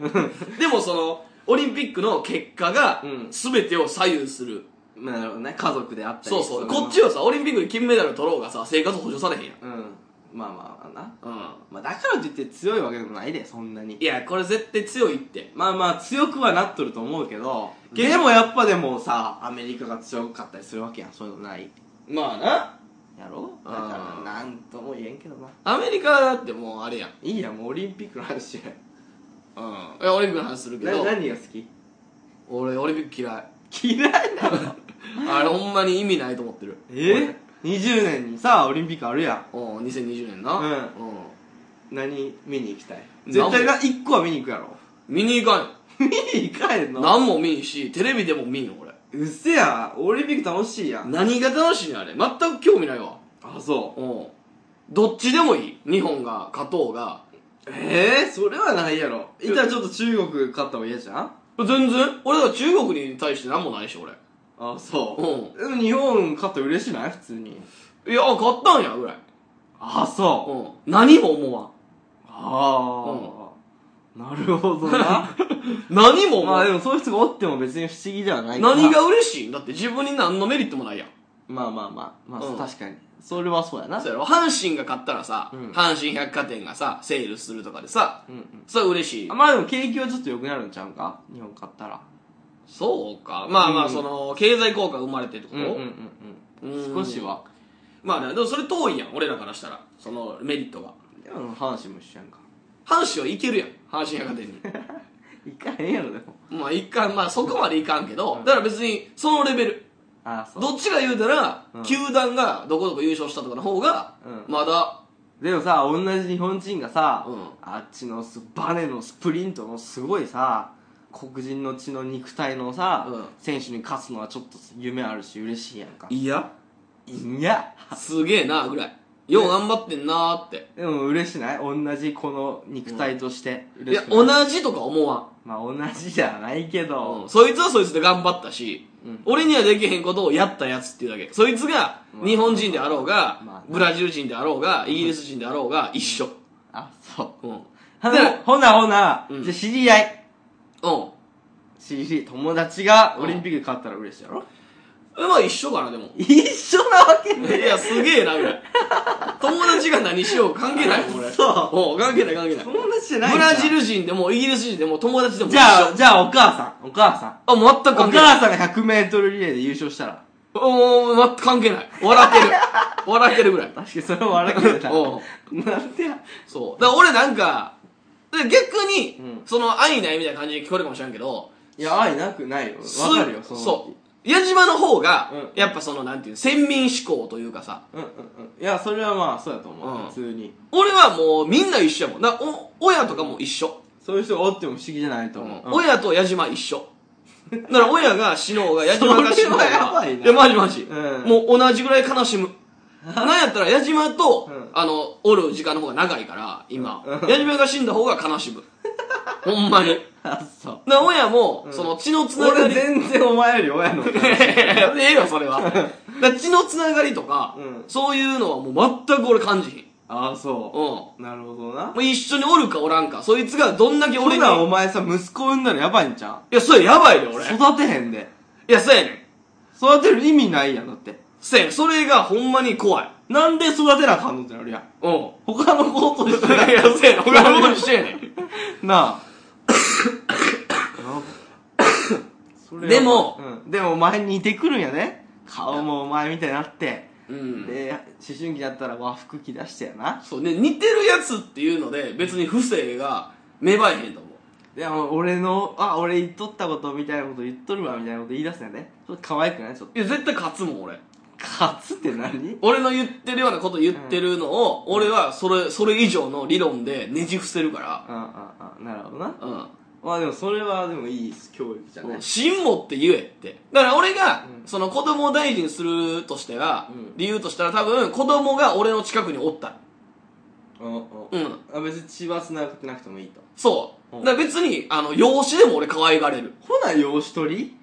Speaker 1: でもそのオリンピックの結果が
Speaker 2: うん
Speaker 1: 全てを左右する、
Speaker 2: まあなるほどね家族であったり
Speaker 1: そうそう
Speaker 2: の
Speaker 1: こっちはさオリンピックで金メダル取ろうがさ生活補助されへんやん
Speaker 2: うんまあまあまあな、
Speaker 1: うん
Speaker 2: まあ、だからといって強いわけでもないでそんなに
Speaker 1: いやこれ絶対強いって
Speaker 2: まあまあ強くはなっとると思うけどでもやっぱでもさアメリカが強かったりするわけやんそういうのない
Speaker 1: まあな
Speaker 2: やろだ
Speaker 1: あ
Speaker 2: か
Speaker 1: ー
Speaker 2: らなんとも言えんけどな
Speaker 1: アメリカだってもうあれやん
Speaker 2: いいやもうオリンピックの話や
Speaker 1: うんいやオリンピックの話するけ
Speaker 2: な
Speaker 1: ど
Speaker 2: 何が好き
Speaker 1: 俺オリンピック嫌い
Speaker 2: 嫌いなの
Speaker 1: あれほんまに意味ないと思ってる
Speaker 2: え20年にさオリンピックあるやん
Speaker 1: 俺うん2020年な
Speaker 2: うん
Speaker 1: ん
Speaker 2: 何見に行きたい
Speaker 1: なんも
Speaker 2: 絶対な1個は見に行くやろ
Speaker 1: 見に行かんよ
Speaker 2: 見に行かへんの
Speaker 1: 何も見んしテレビでも見んよ俺
Speaker 2: うせやオリンピック楽しいやん
Speaker 1: 何が楽しいのあれ全く興味ないわ
Speaker 2: あそ
Speaker 1: うんどっちでもいい日本が勝とうが
Speaker 2: うええそれはないやろいたらちょっと中国勝った方が嫌じゃん
Speaker 1: 全然俺だから中国に対して何もないし俺
Speaker 2: あそうでも日本勝ったら嬉しない普通に
Speaker 1: いや勝ったんやぐらい
Speaker 2: あそう
Speaker 1: うん何も思わん
Speaker 2: ああ、なるほど な
Speaker 1: 何も思
Speaker 2: まあ
Speaker 1: わん
Speaker 2: でもそういう人がおっても別に不思議ではない
Speaker 1: 何が嬉しいんだって自分に何のメリットもないやん
Speaker 2: まあまあまあまあ、
Speaker 1: うん
Speaker 2: 確かにそれはそうやな
Speaker 1: そうやろ阪神が勝ったらさ、
Speaker 2: うん
Speaker 1: 阪神百貨店がさセールするとかでさ
Speaker 2: うんうん
Speaker 1: それは嬉しい
Speaker 2: あまあでも景気はちょっと良くなるんちゃうんか日本買ったら
Speaker 1: そうかまあま
Speaker 2: う
Speaker 1: あ
Speaker 2: ん
Speaker 1: その経済効果が生まれてってこ
Speaker 2: うんうん
Speaker 1: と、
Speaker 2: うん
Speaker 1: う
Speaker 2: うんん少しは
Speaker 1: まあねでもそれ遠いやん俺らからしたらそのメリットが
Speaker 2: でも阪神も一緒やんか
Speaker 1: 阪神はいけるやん阪神百貨店に
Speaker 2: 行かへんやろでも
Speaker 1: まあ一貫まあそこまでいかんけど
Speaker 2: うん
Speaker 1: だから別にそのレベル
Speaker 2: ああそう
Speaker 1: どっちが言うたら、
Speaker 2: うん
Speaker 1: 球団がどこどこ優勝したとかの方が、
Speaker 2: うん
Speaker 1: まだ
Speaker 2: でもさ同じ日本人がさ、
Speaker 1: うん
Speaker 2: あっちのすバネのスプリントのすごいさ黒人の血の肉体のさ、
Speaker 1: うん
Speaker 2: 選手に勝つのはちょっと夢あるし嬉しいやんか
Speaker 1: いや
Speaker 2: いや
Speaker 1: すげえなぐらいよう頑張ってんなーって、
Speaker 2: でも嬉しない同じこの肉体として、
Speaker 1: い
Speaker 2: 嬉
Speaker 1: や
Speaker 2: しくない
Speaker 1: 同じとか思わん
Speaker 2: まあ同じじゃないけど、
Speaker 1: そいつはそいつで頑張ったし、
Speaker 2: うん
Speaker 1: 俺にはできへんことをやったやつっていうだけそいつが
Speaker 2: うん
Speaker 1: 日本人であろうが、
Speaker 2: まあ
Speaker 1: ブラジル人であろうがイギリス人であろうが一緒
Speaker 2: あそう
Speaker 1: うんうん
Speaker 2: ほ
Speaker 1: で
Speaker 2: なほなほな、
Speaker 1: うん
Speaker 2: じゃあ知り合い知り合い友達が
Speaker 1: うん
Speaker 2: オリンピックで勝ったら嬉しいやろ、
Speaker 1: まあ一緒かなでも
Speaker 2: 一緒なわけ
Speaker 1: い
Speaker 2: ね
Speaker 1: やすげえなぐらい友達が何しよう関係ないもん俺
Speaker 2: そ
Speaker 1: うん関係ない関係ない
Speaker 2: 友達じゃない
Speaker 1: ブ
Speaker 2: んだ
Speaker 1: ラジル人でもイギリス人でも友達でも一
Speaker 2: じ
Speaker 1: 緒
Speaker 2: ゃあじゃあお母さんお母さん
Speaker 1: あ全
Speaker 2: お
Speaker 1: く関係ない
Speaker 2: 母さんが 100m リレーで優勝したら
Speaker 1: おー全く関係ない笑ってる笑ってるぐらい
Speaker 2: 確かにそれは笑けてた
Speaker 1: おう
Speaker 2: なんでや
Speaker 1: そう。だから俺なんか、で逆に、
Speaker 2: うん
Speaker 1: その愛ないみたいな感じで聞こえるかもしれんけど、
Speaker 2: いや愛なくないよ
Speaker 1: す
Speaker 2: わかるよその
Speaker 1: う。矢島の方が、
Speaker 2: うん
Speaker 1: やっぱその、なんていう、先民志向というかさ、
Speaker 2: ううんうんうんいやそれはまあそうやと思う、
Speaker 1: うん
Speaker 2: 普通に
Speaker 1: 俺はもうみんな一緒やもん。なお親とかも一緒。
Speaker 2: そういう人がおっても不思議じゃないと思う、うん
Speaker 1: 親と矢島一緒。だから親が死のうが、矢島が死のうが。
Speaker 2: それはやばいな
Speaker 1: や、マジマジ。
Speaker 2: うん
Speaker 1: もう同じぐらい悲しむ。なんやったら矢島と、
Speaker 2: うん
Speaker 1: あの、おる時間の方が長いから、今。
Speaker 2: うん
Speaker 1: 矢島が死んだ方が悲し む。ほんまに。
Speaker 2: あ そう
Speaker 1: な親も、
Speaker 2: うん
Speaker 1: その血のつなが
Speaker 2: 俺
Speaker 1: り。
Speaker 2: 全然お前より親の方が
Speaker 1: ええよ、それは。だから血のつながりとか、
Speaker 2: うん
Speaker 1: そういうのはもう全く俺感じひん。
Speaker 2: ああそう
Speaker 1: うん。も
Speaker 2: なるほどな
Speaker 1: う一緒におるかおらんか、そいつがどんだけ
Speaker 2: 俺
Speaker 1: 俺に。
Speaker 2: らお
Speaker 1: い
Speaker 2: 前さ息子産んだらやばいんちゃ
Speaker 1: や、それやばいで、
Speaker 2: う
Speaker 1: 俺。い
Speaker 2: 育てへんで
Speaker 1: や、そうやねん。
Speaker 2: 育てる意味ないやんだって
Speaker 1: そうやねん。それがほんまに怖い。
Speaker 2: なんで育てなあかんのってなるやん
Speaker 1: うん。
Speaker 2: 他の子と
Speaker 1: いや、
Speaker 2: し
Speaker 1: そう
Speaker 2: て
Speaker 1: やねん。他のこと一緒やねん。
Speaker 2: なあそれは
Speaker 1: でも、
Speaker 2: うんでもお前似てくるんやね顔もお前みたいになって、
Speaker 1: うん。
Speaker 2: で思春期だったら和服着出してやな
Speaker 1: そうね、似てるやつっていうので、別に不正が芽生えへんと思う。
Speaker 2: でも俺のあ俺言っとったことみたいなこと言っとるわみたいなこと言い出すんやねちょっと可愛くないちょっと
Speaker 1: いや、絶対勝つもん、俺。
Speaker 2: 勝つって何
Speaker 1: 俺の言ってるようなこと言ってるのを、俺はそれそれ以上の理論でねじ伏せるか
Speaker 2: うんうんうんなるほどな
Speaker 1: ら、うん
Speaker 2: まあでもそれはでもいい教育じゃない
Speaker 1: 芯持って言えってだから俺が、
Speaker 2: うん
Speaker 1: その子供を大事にするとしては、
Speaker 2: うん
Speaker 1: 理由としたら多分子供が俺の近くにおった
Speaker 2: うんうん
Speaker 1: うん
Speaker 2: あ別に血は繋がってなくてもいいと
Speaker 1: そう、
Speaker 2: うん
Speaker 1: だから別にあの養子でも俺可愛がれる
Speaker 2: ほな養子取り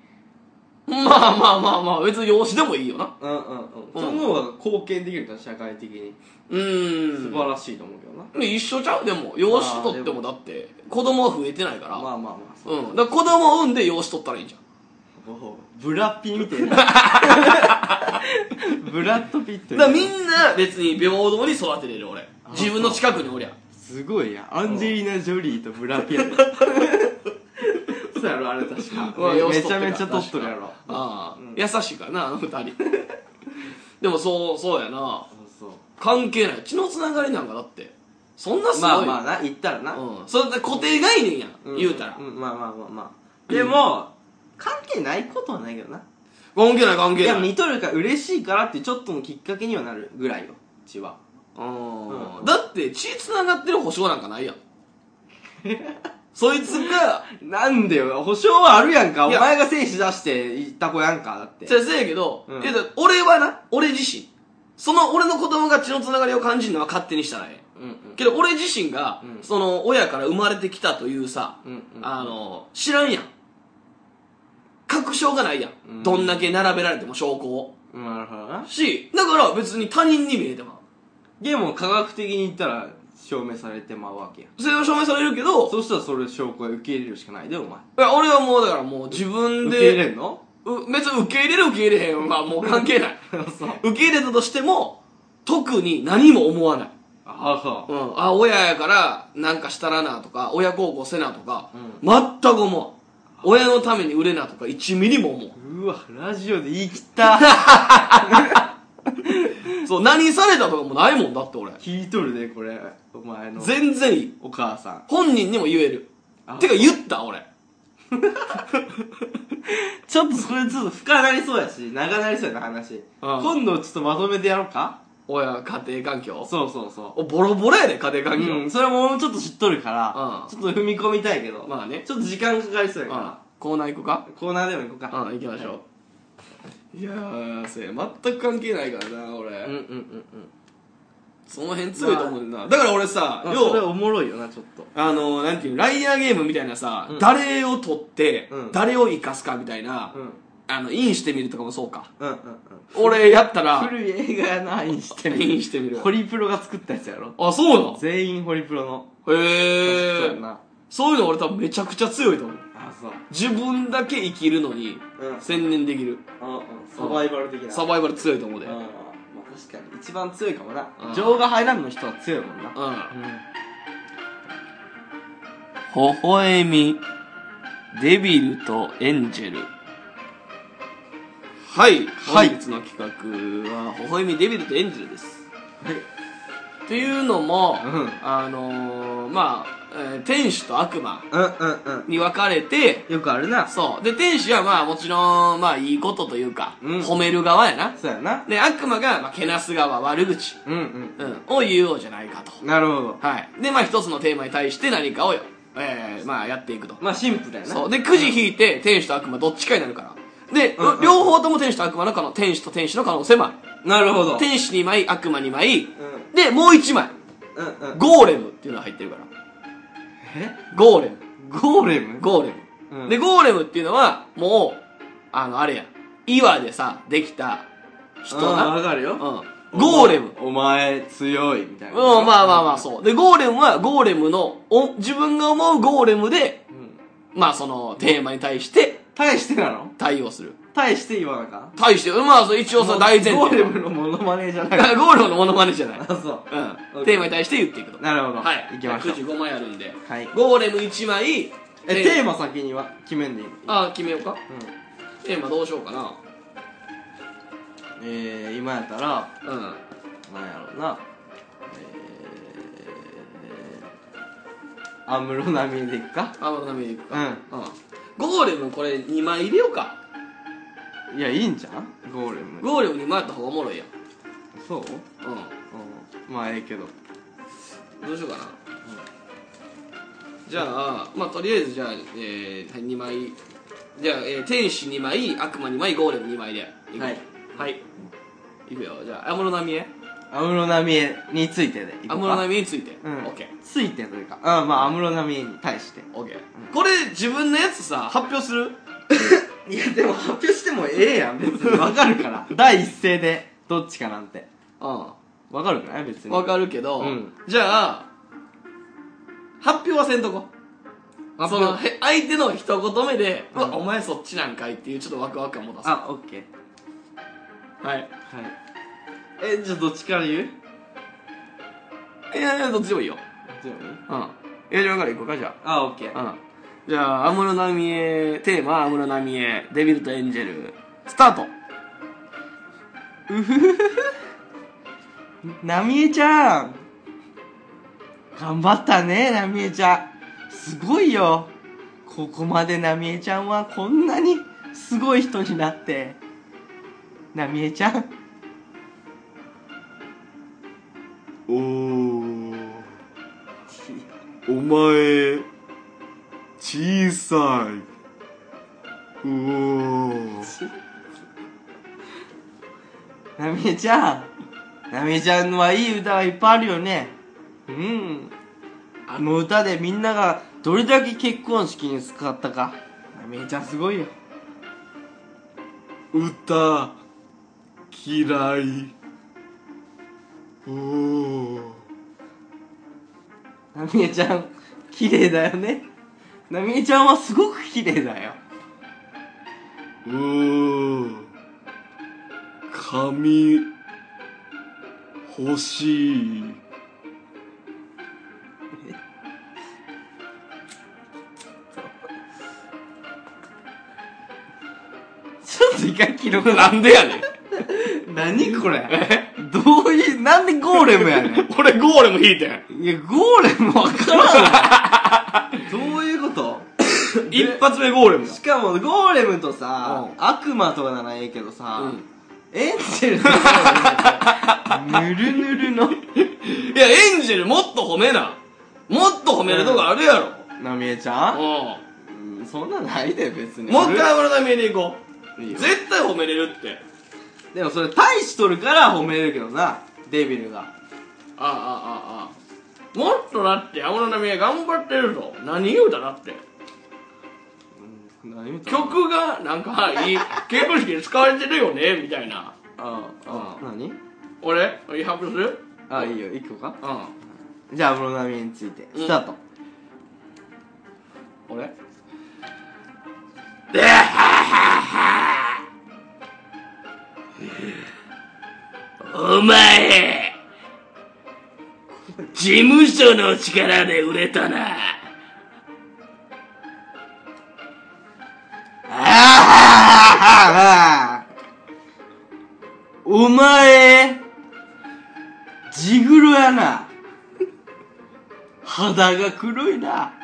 Speaker 1: まあまあまあまあ別に養子でもいいよな
Speaker 2: うんうんうん、その方が貢献できるから社会的に
Speaker 1: うーん
Speaker 2: 素晴らしいと思うけどな、
Speaker 1: 一緒ちゃうでも養子取ってもだって子供は増えてないから、
Speaker 2: まあまあまあそう、
Speaker 1: うんだから子供を産んで養子取ったらいいんじゃん
Speaker 2: おうブラッピーみた いなブラッドピットみ
Speaker 1: だ
Speaker 2: た
Speaker 1: か
Speaker 2: い
Speaker 1: らみ
Speaker 2: な
Speaker 1: んな別に平等に育てれる俺自分の近くにおりゃ
Speaker 2: すごいやアンジェリーナ・ジョリーとブラピやでそうやろあれ確か
Speaker 1: うわ
Speaker 2: め
Speaker 1: よう
Speaker 2: め
Speaker 1: しとっ
Speaker 2: ち
Speaker 1: て
Speaker 2: ゃ
Speaker 1: る
Speaker 2: めちゃ撮っとるやろ
Speaker 1: ああ、
Speaker 2: うん
Speaker 1: 優しいからなあの二人 でもそうそうやな
Speaker 2: そうそう
Speaker 1: 関係ない血のつながりなんかだってそんなすごい、
Speaker 2: まあまあな言ったらな、
Speaker 1: うん、それで固定概念やん、
Speaker 2: うん
Speaker 1: 言うたら、
Speaker 2: んまあまあまあまあでも関係ないことはないけどな
Speaker 1: 関係ない関
Speaker 2: い
Speaker 1: 係
Speaker 2: や
Speaker 1: ない
Speaker 2: 見とるから嬉しいからってちょっとのきっかけにはなるぐらいよ血は
Speaker 1: うん
Speaker 2: うん
Speaker 1: だって血つながってる保証なんか ないやんそいつが
Speaker 2: なんでよ、保証はあるやんか。お
Speaker 1: いや
Speaker 2: 前が精子出して行った子やんか、だって。
Speaker 1: じゃあせやけど、
Speaker 2: うん
Speaker 1: いやだから俺はな俺自身その俺の子供が血のつながりを感じるのは勝手にしたらええ
Speaker 2: うんうん。
Speaker 1: けど俺自身が、
Speaker 2: うん
Speaker 1: その親から生まれてきたというさ、
Speaker 2: うんうん。
Speaker 1: あの知らんやん確証がないやん、
Speaker 2: うん
Speaker 1: どんだけ並べられても証拠を
Speaker 2: うん、なるほどな。
Speaker 1: しだから別に他人に見えてま
Speaker 2: でも科学的に言ったら証明されてまうわけやん。
Speaker 1: うそれは証明されるけど
Speaker 2: そしたらそれ証拠は受け入れるしかないで、お前。
Speaker 1: いや俺はもうだからもう自分
Speaker 2: 受け入
Speaker 1: で
Speaker 2: れんの
Speaker 1: う別に受け入れる受け入れへんはもう関係ない
Speaker 2: そう
Speaker 1: 受け入れたとしても特に何も思わない、
Speaker 2: あそう
Speaker 1: うん、あ親やからなんかしたらなとか親孝行せなとか、
Speaker 2: う
Speaker 1: 全く思わん親のために売れなとか1ミリも思わん
Speaker 2: うわラジオで言い切った
Speaker 1: そう何されたとかもないもんだって俺
Speaker 2: 聞いとるねこれお前の
Speaker 1: 全然いい
Speaker 2: お母さん
Speaker 1: 本人にも言える
Speaker 2: あ
Speaker 1: てか言った俺
Speaker 2: ちょっとそれちょっと深なりそうやし長なりそうやな話今度ちょっとまとめてやろうか
Speaker 1: 親家庭環境
Speaker 2: そうそうそ
Speaker 1: おボロボロやで家庭
Speaker 2: う
Speaker 1: 環境、
Speaker 2: うんそれもちょっと知っとるから
Speaker 1: うん
Speaker 2: ちょっと踏み込みたいけど
Speaker 1: まあね
Speaker 2: ちょっと時間かかりそうや
Speaker 1: うん
Speaker 2: か
Speaker 1: コーナー行くから
Speaker 2: コーナーでも行こうか
Speaker 1: うん行きましょう、い、やーせ全く関係ないからな俺、
Speaker 2: うんうんうんうん
Speaker 1: その辺強いと思うんだよな、だから俺さ
Speaker 2: まあそれ
Speaker 1: 要
Speaker 2: おもろいよなちょっと
Speaker 1: あのなんていうのライアーゲームみたいなさ、
Speaker 2: うん
Speaker 1: 誰を取って、
Speaker 2: うん
Speaker 1: 誰を生かすかみたいな、
Speaker 2: うん
Speaker 1: あのインしてみるとかもそうか
Speaker 2: うんうんうん
Speaker 1: 俺やったら
Speaker 2: 古い映画やなインしてみる
Speaker 1: インしてみる
Speaker 2: ホリプロが作ったやつやろ
Speaker 1: あそう
Speaker 2: 全員ホリプロの
Speaker 1: なのへ
Speaker 2: そうや
Speaker 1: え
Speaker 2: な
Speaker 1: そういうの俺多分めちゃくちゃ強いと思う
Speaker 2: あそう
Speaker 1: 自分だけ生きるのに
Speaker 2: うん
Speaker 1: 専念できる
Speaker 2: うんうんサバイバル的な
Speaker 1: サバイバル強いと思うで
Speaker 2: う
Speaker 1: うん
Speaker 2: うん
Speaker 1: ん
Speaker 2: まあ確かに一番強いかもな
Speaker 1: うん
Speaker 2: 情が入らんの人は強いもんな
Speaker 1: 微笑みデビルとエンジェルはい、
Speaker 2: はい
Speaker 1: 本日の企画は「微笑みデビルとエンジェル」です
Speaker 2: はい
Speaker 1: っていうのも、
Speaker 2: うん
Speaker 1: あのーまあ、えー天使と悪魔
Speaker 2: うんうんうん
Speaker 1: に分かれて
Speaker 2: よくあるな
Speaker 1: そうで天使はまあもちろんまあいいことというか、
Speaker 2: うん
Speaker 1: 褒める側やな
Speaker 2: そうやな
Speaker 1: で悪魔が、まあ、けなす側悪口、
Speaker 2: うんうん
Speaker 1: うん、を言おうじゃないかと
Speaker 2: なるほど
Speaker 1: はい。で、まあ一つのテーマに対して何かを、えー、まあやっていくと。
Speaker 2: まあシンプルやな
Speaker 1: そう。で、くじ引いて、天使と悪魔どっちかになるから。で、
Speaker 2: うんうん
Speaker 1: 両方とも天使と悪魔の可能、天使と天使の可能性もある。
Speaker 2: なるほど
Speaker 1: 天使2枚、悪魔2枚。
Speaker 2: う
Speaker 1: で、もう1枚。
Speaker 2: んうんうん
Speaker 1: ゴーレムっていうのが入ってるから。
Speaker 2: え
Speaker 1: ゴーレム。
Speaker 2: ゴーレム
Speaker 1: ゴーレ
Speaker 2: う
Speaker 1: ム。
Speaker 2: ん
Speaker 1: で、ゴーレムっていうのは、もう、あの、あれや。岩でさ、できた人
Speaker 2: あーわ
Speaker 1: な。
Speaker 2: かる
Speaker 1: うん
Speaker 2: よ。
Speaker 1: ゴーレム。
Speaker 2: お前お前強いみたいな
Speaker 1: うん、まあまあまあ、そう。で、ゴーレムは、ゴーレムの、お自分が思うゴーレムで、
Speaker 2: うん
Speaker 1: まあその、テーマに対して、
Speaker 2: 対してなの
Speaker 1: 対応する。
Speaker 2: 対して言わなあかん
Speaker 1: 対して、まあ、そう一応その大前提。
Speaker 2: ゴーレムのモノマネじゃな
Speaker 1: だ
Speaker 2: い
Speaker 1: から ゴーレムのモノマネじゃ ない。う
Speaker 2: あそ
Speaker 1: ん。
Speaker 2: OK
Speaker 1: テーマに対して言っていくと
Speaker 2: う。なるほど
Speaker 1: はい。
Speaker 2: いきましょう
Speaker 1: 95枚あるんで。
Speaker 2: はい
Speaker 1: ゴーレム1枚。
Speaker 2: えテーマ先には決めんでいい
Speaker 1: マあ、決めようか。
Speaker 2: うん
Speaker 1: テーマどうしようかな。
Speaker 2: えー、今やったら
Speaker 1: うん。
Speaker 2: なんやろうなえー、安室奈美恵でいくか
Speaker 1: あ、のためにいく
Speaker 2: う
Speaker 1: か。
Speaker 2: ん
Speaker 1: うん。ゴーレムこれ2枚入れようか。
Speaker 2: いやいいんじゃんゴーレム
Speaker 1: ゴーレム2枚あった方がおもろいやん。
Speaker 2: そう
Speaker 1: う
Speaker 2: うんまあええけど
Speaker 1: ん。どうしようかな。じゃあ、まあとりあえずじゃあ、えー、2枚。じゃあ、えー、天使2枚、悪魔2枚、ゴーレム2枚で。いく
Speaker 2: はい。
Speaker 1: はい。いくよ。じゃあ、安室奈美恵。
Speaker 2: 安室奈美恵についてでいこうか
Speaker 1: 安室奈美恵について、
Speaker 2: うん
Speaker 1: オッケー
Speaker 2: ついてというかうんまあ安室奈美恵に対して
Speaker 1: オッケーこれ自分のやつさ発表する
Speaker 2: いやでも発表してもええやん別にわかるから第一声でどっちかなんて
Speaker 1: う
Speaker 2: わかるからね別
Speaker 1: ん
Speaker 2: に
Speaker 1: わかるけど、
Speaker 2: うん
Speaker 1: じゃあ発表はせんとこそのへ相手の一言目で「う
Speaker 2: うん
Speaker 1: わお前そっちなんかい」っていうちょっとワクワク感持たせ
Speaker 2: あオッケー
Speaker 1: はい
Speaker 2: はいえじゃあどっちから言う
Speaker 1: いやいやどっちでもいいようんやり分からいこうかじゃ
Speaker 2: あオッケー
Speaker 1: あうんじゃあ安室奈美恵テーマ安室奈美恵デビルとエンジェルスタート
Speaker 2: なみえちゃん頑張ったねなみえちゃんすごいよここまでなみえちゃんはこんなにすごい人になってなみえちゃん
Speaker 1: おーお前、小さい。うお
Speaker 2: なみえちゃんなみえちゃんはいい歌がいっぱいあるよねうんあの歌でみんながどれだけ結婚式に使ったかなみえちゃんすごいよ
Speaker 1: 歌、嫌い。おー
Speaker 2: なみえちゃん、綺麗だよね。なみえちゃんはすごく綺麗だよ。
Speaker 1: うー紙欲しい
Speaker 2: ちょっと一回切ろう か
Speaker 1: なんでやねん
Speaker 2: 何これどういう、なんでゴーレムやねん。
Speaker 1: 俺ゴーレム引いてん
Speaker 2: いや、ゴーレムわからんわ。どういうこと
Speaker 1: 一発目ゴーレムだ
Speaker 2: しかも、ゴーレムとさ、
Speaker 1: う
Speaker 2: 悪魔とかならええけどさ、
Speaker 1: うん
Speaker 2: エンジェルのゴーレムって、ぬるぬる の、
Speaker 1: いやエンジェルもっと褒めなもっと褒めるとこあるやろ、
Speaker 2: なみえちゃん、
Speaker 1: う
Speaker 2: うんそんなないで、別に。
Speaker 1: ん、もう一回俺の見えに行こう
Speaker 2: いいよ
Speaker 1: 絶対褒めれるって
Speaker 2: でもそれ、大しとるから褒めれるけどな、デビルが。
Speaker 1: ああああああもっとだって安室奈美恵頑張ってるぞ何言うただって
Speaker 2: うん、何言うたの
Speaker 1: 曲がなんかいい結婚式で使われてるよねみたいな
Speaker 2: ああ、
Speaker 1: う
Speaker 2: 何
Speaker 1: 俺リハップする
Speaker 2: あ、いいよ、一個か。
Speaker 1: うん
Speaker 2: じゃあ、安室奈美恵について、
Speaker 1: うん
Speaker 2: スタート。
Speaker 1: 俺お前事務所の力で売れたな
Speaker 2: ああお前、ジグロやな。肌が黒いな。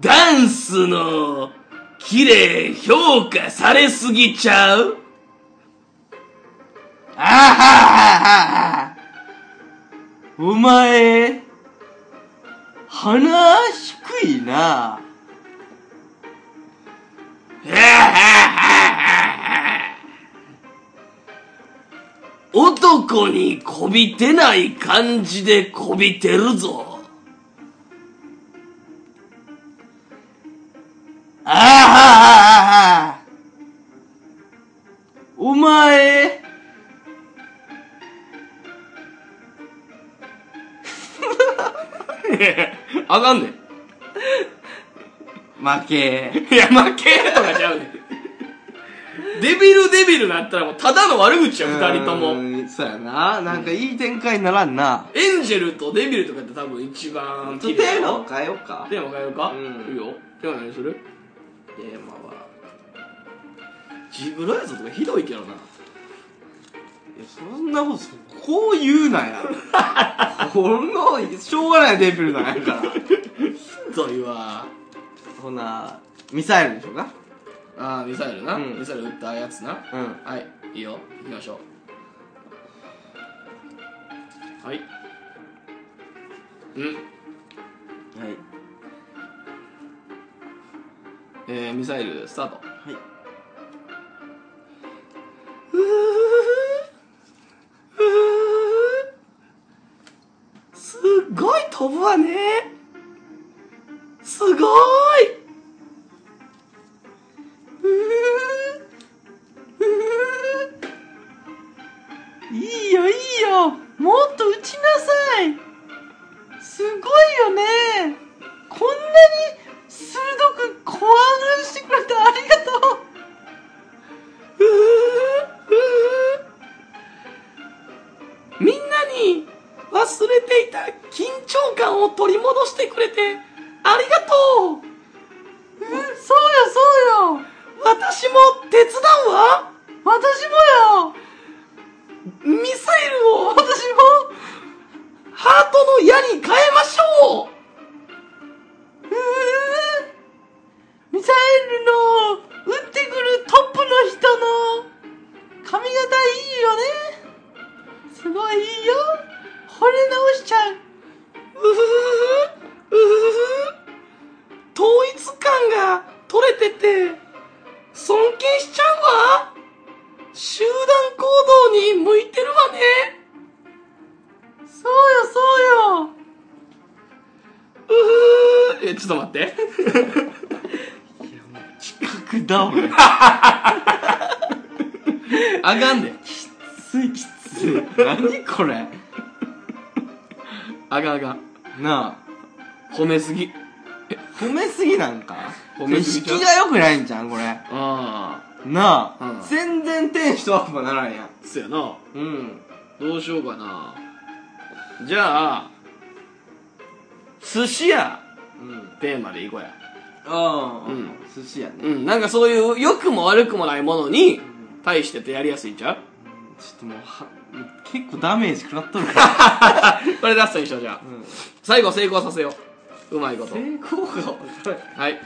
Speaker 1: ダンスの綺麗評価されすぎちゃう
Speaker 2: あはははは お前、鼻低いな。
Speaker 1: 男にこびてない感じでこびてるぞ。
Speaker 2: あははははお前、
Speaker 1: あかんねん。
Speaker 2: 負け。
Speaker 1: いや、負けとかちゃうねん。デビルデビルなったらもうただの悪口や、二人と
Speaker 2: う
Speaker 1: も。
Speaker 2: ーんそうやななんかいい展開にならんな、
Speaker 1: エンジェルとデビルとかって多分一番
Speaker 2: ちょ
Speaker 1: 綺
Speaker 2: っと
Speaker 1: 麗
Speaker 2: テー
Speaker 1: や
Speaker 2: マを
Speaker 1: ろ
Speaker 2: 変えようか
Speaker 1: テーマ変えるか、
Speaker 2: うん
Speaker 1: いいよ。テーマ何する
Speaker 2: テーマは
Speaker 1: ジブラやぞとかひどいけどな。
Speaker 2: いやそんなことそこう言うなや このしょうがないデビルなんやから
Speaker 1: ひどいわ。
Speaker 2: ほなミサイルでしょうか
Speaker 1: ああ、ミサイルな、
Speaker 2: うん
Speaker 1: ミサイル撃ったやつな。
Speaker 2: うん
Speaker 1: はい、いいよ、行きましょう。はい。うん。
Speaker 2: はい
Speaker 1: えー、ミサイル、スタート。
Speaker 2: はい
Speaker 1: すっごい飛ぶわね。すごーい。
Speaker 2: いいよいいよもっと打ちなさいすごいよねこんなに鋭く怖がらしてくれてありがとう
Speaker 1: みんなに忘れていた緊張感を取り戻してくれてありがとう
Speaker 2: えそうよそうよ
Speaker 1: 私も手伝うわ
Speaker 2: 私もよ
Speaker 1: ミサイルを私もハートの矢に変えましょう
Speaker 2: うーんミサイルの撃ってくるトップの人の髪型いいよねすごいいいよ惚れ直しちゃう
Speaker 1: うふふふうふふ統一感が取れてて尊敬しちゃうわ集団行動に向いてるわね
Speaker 2: そうよそ
Speaker 1: うふふ
Speaker 2: うよ
Speaker 1: えちょっと待って
Speaker 2: 企画だ俺
Speaker 1: あかんで
Speaker 2: きついきつい何これ
Speaker 1: あかんあかん
Speaker 2: なあ
Speaker 1: 褒めすぎ
Speaker 2: 褒めすぎなんか
Speaker 1: 褒めすぎ
Speaker 2: 意
Speaker 1: ちゃう
Speaker 2: 識が良くないんじゃんこれ
Speaker 1: ああ
Speaker 2: なあ、
Speaker 1: うん
Speaker 2: 全然天使と悪魔ならんやん
Speaker 1: そやな
Speaker 2: うん
Speaker 1: どうしようかなじゃあ寿司屋
Speaker 2: うん
Speaker 1: テーマでいこうや
Speaker 2: ああ、
Speaker 1: うん
Speaker 2: 寿司やね、
Speaker 1: うんなんかそういう良くも悪くもないものに対してってやりやすいんちゃう
Speaker 2: ちょっともうは結構ダメージ食らっとるか
Speaker 1: これラストにしようじゃあ
Speaker 2: ら、うん、
Speaker 1: 最後成功させよううまいこと
Speaker 2: 成功が遅い
Speaker 1: はい、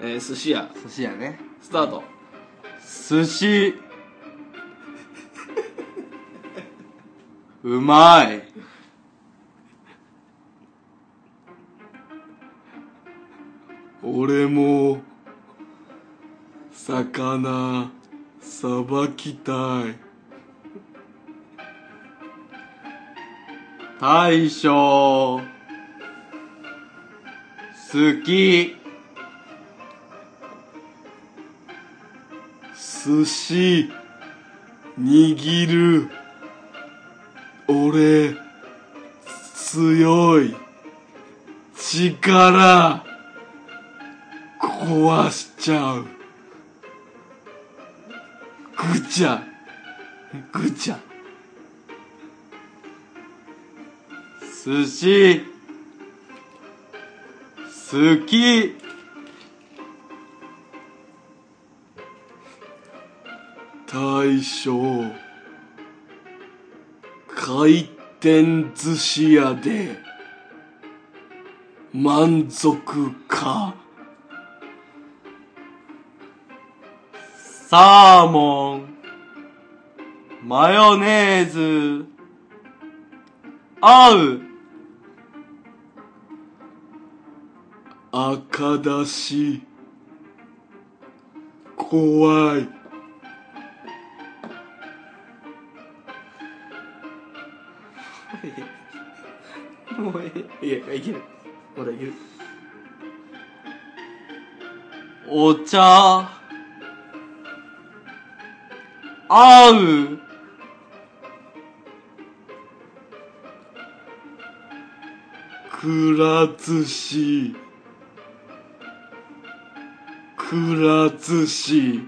Speaker 1: えー、寿司屋
Speaker 2: 寿司やね
Speaker 1: スタート
Speaker 2: 寿司うまい俺も魚さばきたい大将好き寿司握る俺強い力壊しちゃうぐちゃぐちゃ寿司好き大将回転寿司屋で満足かサーモンマヨネーズ合う赤だし怖い
Speaker 1: もうえいやいけるまだいける
Speaker 2: お茶、合う、くら寿司、くら寿司。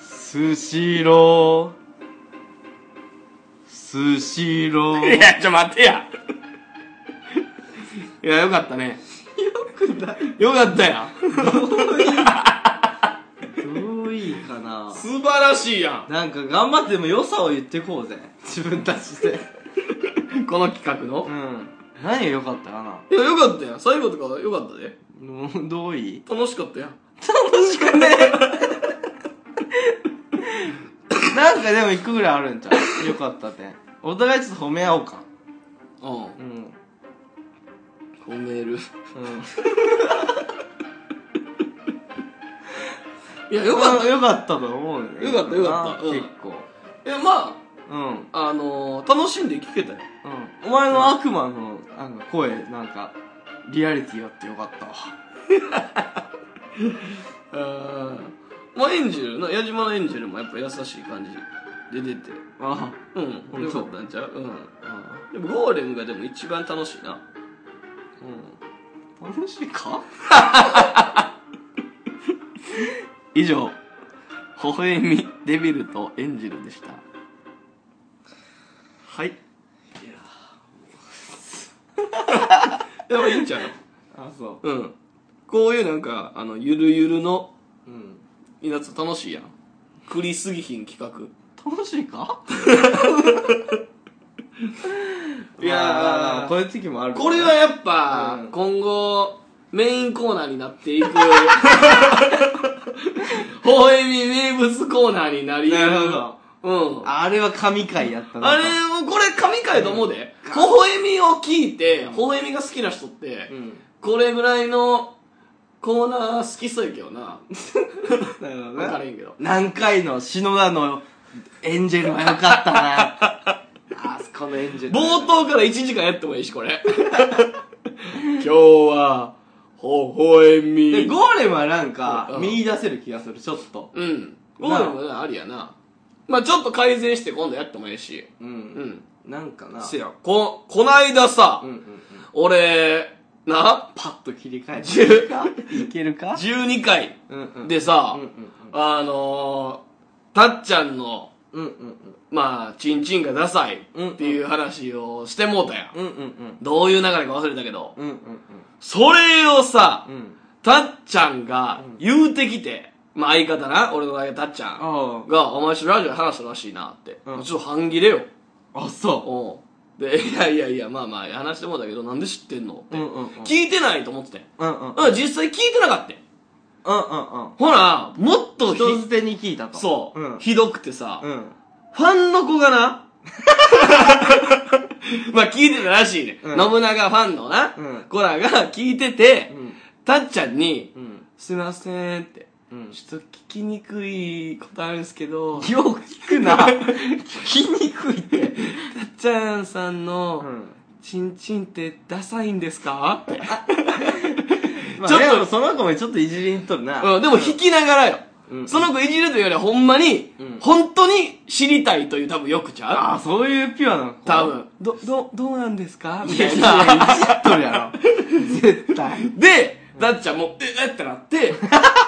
Speaker 2: スシロー、スシロー。
Speaker 1: いやちょ待ってや いやよかったねよくないよかったや
Speaker 2: どういいかな
Speaker 1: 素晴らしいや
Speaker 2: なんか頑張ってでも良さを言ってこうぜ自分たちで
Speaker 1: んこの企画の
Speaker 2: ん何が良かったかない
Speaker 1: やよかったやん最後とかよかったで
Speaker 2: どうどういい
Speaker 1: 楽しかったやん
Speaker 2: 楽しくねなんかでも一個ぐらいあるんちゃう良かった点お互いちょっと褒め合おうか
Speaker 1: う
Speaker 2: うんうん
Speaker 1: ん褒めるいやよかった
Speaker 2: た良かったと思うよ
Speaker 1: よかったよかったうん
Speaker 2: 結構
Speaker 1: いやま
Speaker 2: うんうん
Speaker 1: ああのー、楽しんで聞けたよ
Speaker 2: お前の悪魔のなんか声なんかリアリティあってよかったわ
Speaker 1: まあエンジェルな矢島のエンジェルもやっぱ優しい感じで出て
Speaker 2: あ
Speaker 1: うんよかったんちゃうう
Speaker 2: あ
Speaker 1: んでもゴーレムがでも一番楽しいな
Speaker 2: うん。楽しいか以上、微笑みデビルとエンジェルでした。はい。
Speaker 1: やっぱいいんちゃう
Speaker 2: あ、そ
Speaker 1: うんこういうなんかあのゆるゆるの
Speaker 2: う。うん。
Speaker 1: やつ楽しいやん振りすぎひん企画
Speaker 2: 楽しい か
Speaker 1: いやー
Speaker 2: まあこういう時もある。
Speaker 1: これは、やっぱ、
Speaker 2: うん
Speaker 1: 今後メインコーナーになって いく微笑み名物コーナーになり
Speaker 2: なるほ
Speaker 1: うん
Speaker 2: あれは神回やったな。
Speaker 1: あれもこれ神回と思うで微笑みを聞いて微笑みが好きな人って
Speaker 2: うん。
Speaker 1: これぐらいのコーナー好きそうやけどな
Speaker 2: なるほ
Speaker 1: 分から
Speaker 2: どね。
Speaker 1: へんけど
Speaker 2: 何回の篠田のエンジェルはよかったな。 あそこのエンジェル。
Speaker 1: 冒頭から1時間やってもいいしこれ今日はほほえ
Speaker 2: で、
Speaker 1: み。
Speaker 2: ゴーレムはなんか
Speaker 1: う、ん
Speaker 2: 見出せる気がする、ちょっと。
Speaker 1: うん。ゴーレムなありやな。まあちょっと改善して今度やってもええし。
Speaker 2: う。
Speaker 1: うんん。
Speaker 2: なんかな。
Speaker 1: せや、こ、こないださ、
Speaker 2: うんうんうん。
Speaker 1: 俺、な、
Speaker 2: パッと切り替え
Speaker 1: じゅう
Speaker 2: て。いけるか
Speaker 1: 12回
Speaker 2: うんうん。
Speaker 1: でさ、
Speaker 2: うんうん
Speaker 1: あのー、たっちゃんの、
Speaker 2: うん。うんうん
Speaker 1: まあ、チンチンがダサいっていう話をしてもうたやん。
Speaker 2: うん。うんうん
Speaker 1: どういう流れか忘れたけど、
Speaker 2: うん。うんうん
Speaker 1: それをさ
Speaker 2: うん。う、ん。
Speaker 1: たっちゃんが言うてきて、まあ相方な、俺の相方たっちゃん
Speaker 2: あ
Speaker 1: が、お前ちょっとラジオで話したらしいなって。
Speaker 2: うん
Speaker 1: ちょっと半切れよ。
Speaker 2: あ。あ、そ
Speaker 1: うん。で、いやいやいや、まあまあ、話してもうたけど、なんで知ってんのっ
Speaker 2: う。
Speaker 1: て。
Speaker 2: うんうんうん。
Speaker 1: 聞いてないと思ってて。
Speaker 2: うんうん。うんうん
Speaker 1: うん、実際聞いてなかったよ。
Speaker 2: うん。
Speaker 1: ほら、もっとひ、
Speaker 2: 人捨てに聞いたと。
Speaker 1: そう、
Speaker 2: うん。
Speaker 1: ひどくてさ、
Speaker 2: うん。
Speaker 1: ファンの子がな、 まあ聞いてたらしいね。
Speaker 2: うん
Speaker 1: 信長ファンのな、
Speaker 2: うん
Speaker 1: 子らが聞いてて、
Speaker 2: うん。
Speaker 1: たっちゃんに、
Speaker 2: うん。
Speaker 1: すいませんって、
Speaker 2: うん。
Speaker 1: ちょっと聞きにくいことあるんですけど、
Speaker 2: よく聞くな。聞きにくいって。
Speaker 1: たっちゃんさん
Speaker 2: う
Speaker 1: の、
Speaker 2: ん。
Speaker 1: チンチンってダサいんですかって。
Speaker 2: まあ、
Speaker 1: ちょっと
Speaker 2: でもその子もちょっといじりにとるな。
Speaker 1: うん、でも引きながらよ。
Speaker 2: うん
Speaker 1: その子いじるというよりはほんまに、
Speaker 2: うん
Speaker 1: 本当に知りたいという多分よくち
Speaker 2: あ
Speaker 1: ゃ
Speaker 2: あ、
Speaker 1: う
Speaker 2: そういうピュアな子。
Speaker 1: 多。分。ど、ど、どうなんですかみ
Speaker 2: い
Speaker 1: た
Speaker 2: やい
Speaker 1: い
Speaker 2: や、
Speaker 1: な。
Speaker 2: いじっとるやろ。絶対。
Speaker 1: で、だっちゃんも、え、えってな って、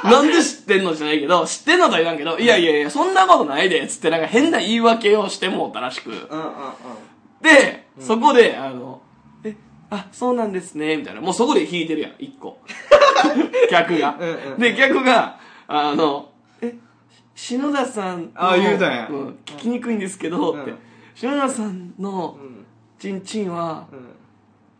Speaker 1: なんで知ってんのじゃないけど、知ってんのとは言わんけど、いやいやいや、そんなことないで、つってなんか変な言い訳をしてもうたらしく。
Speaker 2: うんうんうん。
Speaker 1: で、そこで、あの、え、あ、そうなんですね、みたいな。もうそこで引いてるやん、一個。 客が
Speaker 2: うんうんう。ん
Speaker 1: で、客が、あの、え、篠田さんの
Speaker 2: あ言うたんや
Speaker 1: ん聞きにくいんですけど、って
Speaker 2: うん。
Speaker 1: 篠田さんの
Speaker 2: うん。
Speaker 1: チンチンは、
Speaker 2: うん。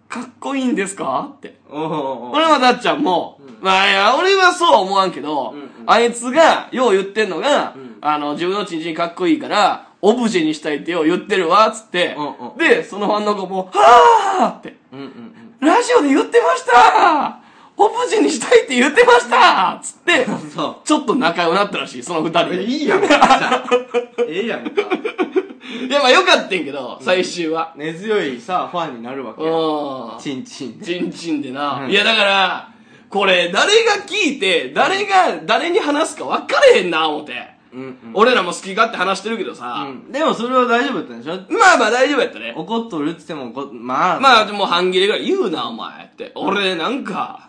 Speaker 1: かっこいいんですかって。
Speaker 2: おうおうおう
Speaker 1: 俺はだっちゃんも、
Speaker 2: う
Speaker 1: まあいや、俺はそうは思わんけど、
Speaker 2: うんうん
Speaker 1: あいつが、よう言ってんのが、
Speaker 2: うん
Speaker 1: あの、自分のチンチンかっこいいから、オブジェにしたいってよう言ってるわ、つって、
Speaker 2: うんうん
Speaker 1: で、そのファンの子も、はぁーって、
Speaker 2: うんうんうん。
Speaker 1: ラジオで言ってましたーオブジェにしたいって言ってましたーつっ て、
Speaker 2: そ
Speaker 1: ちょっと仲良くなったらしい、その二人
Speaker 2: う。え
Speaker 1: で。
Speaker 2: いいやんか、じゃあ。ええやんか。
Speaker 1: いや、まあよかったんけど、最終は。
Speaker 2: 根強いさ、ファンになるわけ
Speaker 1: う
Speaker 2: や。
Speaker 1: ん。
Speaker 2: チンチンで。
Speaker 1: ちんちんでな。
Speaker 2: うん
Speaker 1: いや、だから、これ、誰が聞いて、誰が、誰に話すか分かれへんな、思って。
Speaker 2: うんうん。
Speaker 1: 俺らも好き勝手話してるけどさ。
Speaker 2: うんでもそれは大丈夫だったんでしょ
Speaker 1: まあまあ大丈夫やったね。
Speaker 2: 怒っとるっつっても怒っ、まあ。
Speaker 1: まあ、でも半切れぐらい言うな、お前って。俺、なんか、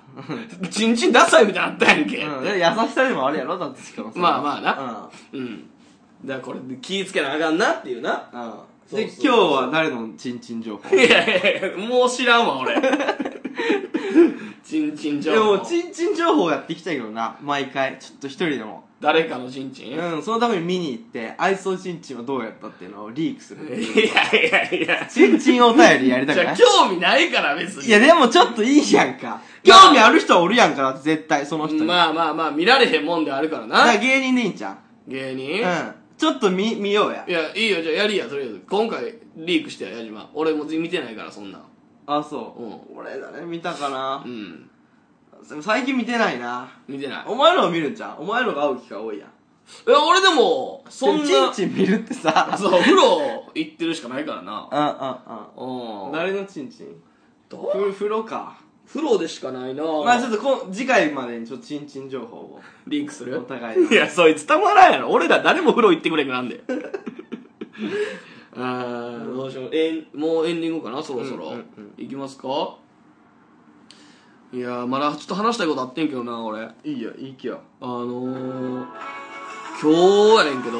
Speaker 1: ちんちんダサいみたいになったやんけ。
Speaker 2: うん、優しさでもあるやろだってしかも
Speaker 1: まあまあ
Speaker 2: な
Speaker 1: うん。だからこれ、気ぃつけなあかんなっていうな。
Speaker 2: うん、うん、
Speaker 1: そう
Speaker 2: で
Speaker 1: そう
Speaker 2: 今日は誰のチンチン情報
Speaker 1: いやいやいや、もう知らんわ、俺。 ちんちん
Speaker 2: で
Speaker 1: 情
Speaker 2: も
Speaker 1: 報。
Speaker 2: チンチン情報やっていきたいけどな毎回ちょっと一人でも
Speaker 1: 誰かのちんちんいや
Speaker 2: うんそのために見に行って愛想チンチンはどうやったっていうのをリークする
Speaker 1: いやいや。
Speaker 2: チンチンお便りやりた
Speaker 1: じ
Speaker 2: く
Speaker 1: ゃ
Speaker 2: な
Speaker 1: あ
Speaker 2: い
Speaker 1: 興味ないから、別に。
Speaker 2: いやでもちょっといいやんか興味ある人はおるやんかなって絶対その人に、
Speaker 1: まあまあまあ、見られへんもんであるから
Speaker 2: だから
Speaker 1: な。
Speaker 2: 芸人でいいんちゃ
Speaker 1: 芸
Speaker 2: う
Speaker 1: 人、
Speaker 2: うんちょっと見見ようや
Speaker 1: いや、いいよ、じゃあやりや、とりあえず。今回、リークしてや、矢島。俺も見てないから、そんなん。
Speaker 2: あそう、
Speaker 1: う
Speaker 2: 俺だね見たかな
Speaker 1: う、ん。
Speaker 2: 最近見てないな
Speaker 1: 見てない。
Speaker 2: お前のを見るんじゃんお前のが会う機会多いやん
Speaker 1: いや、俺でも、そんな、
Speaker 2: チンチン見るってさ
Speaker 1: そう、お風呂行ってるしかないからな。
Speaker 2: う
Speaker 1: うん。
Speaker 2: うんん誰のチンチン
Speaker 1: どう
Speaker 2: ふ風呂か
Speaker 1: 風呂でしかないな
Speaker 2: まあちょっとこ次回までにちょっとチンチン情報を
Speaker 1: リークす
Speaker 2: お
Speaker 1: る
Speaker 2: 互いの
Speaker 1: いや、そいつたまらんやろ。俺ら誰も風呂行ってくれんくなん で。あー、どうしよう。えんもうエンディングかな、そろそろ。
Speaker 2: うんうん
Speaker 1: いきますかいやー、まだちょっと話したいことあってんけどな、俺。
Speaker 2: いいよいい気よ
Speaker 1: あのー、今日やねんけど、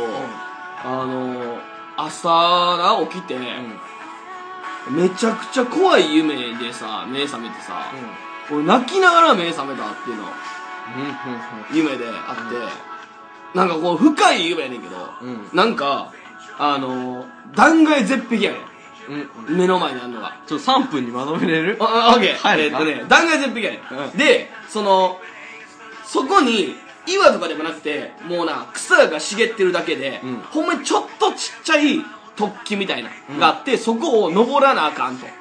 Speaker 1: あのー、朝な起きて、
Speaker 2: うんうん
Speaker 1: めちゃくちゃ怖い夢でさ、目覚めてさ、俺泣きながら目覚めたっていうの、夢であって、なんかこう深い夢やねんけど、
Speaker 2: うん
Speaker 1: なんか、あのー、断崖絶壁やね
Speaker 2: うんうん
Speaker 1: ん。目の前にあんのが。
Speaker 2: ちょっと3分にまとめれる
Speaker 1: あ、あオッケー。
Speaker 2: はい
Speaker 1: えーっとね、断崖絶壁やね、ん。で、その、そこに、岩とかでもなくて、もうな、草が茂ってるだけで、
Speaker 2: うん
Speaker 1: ほんまにちょっとちっちゃい突起みたいな、があって、そこを登らなあかんと。
Speaker 2: うん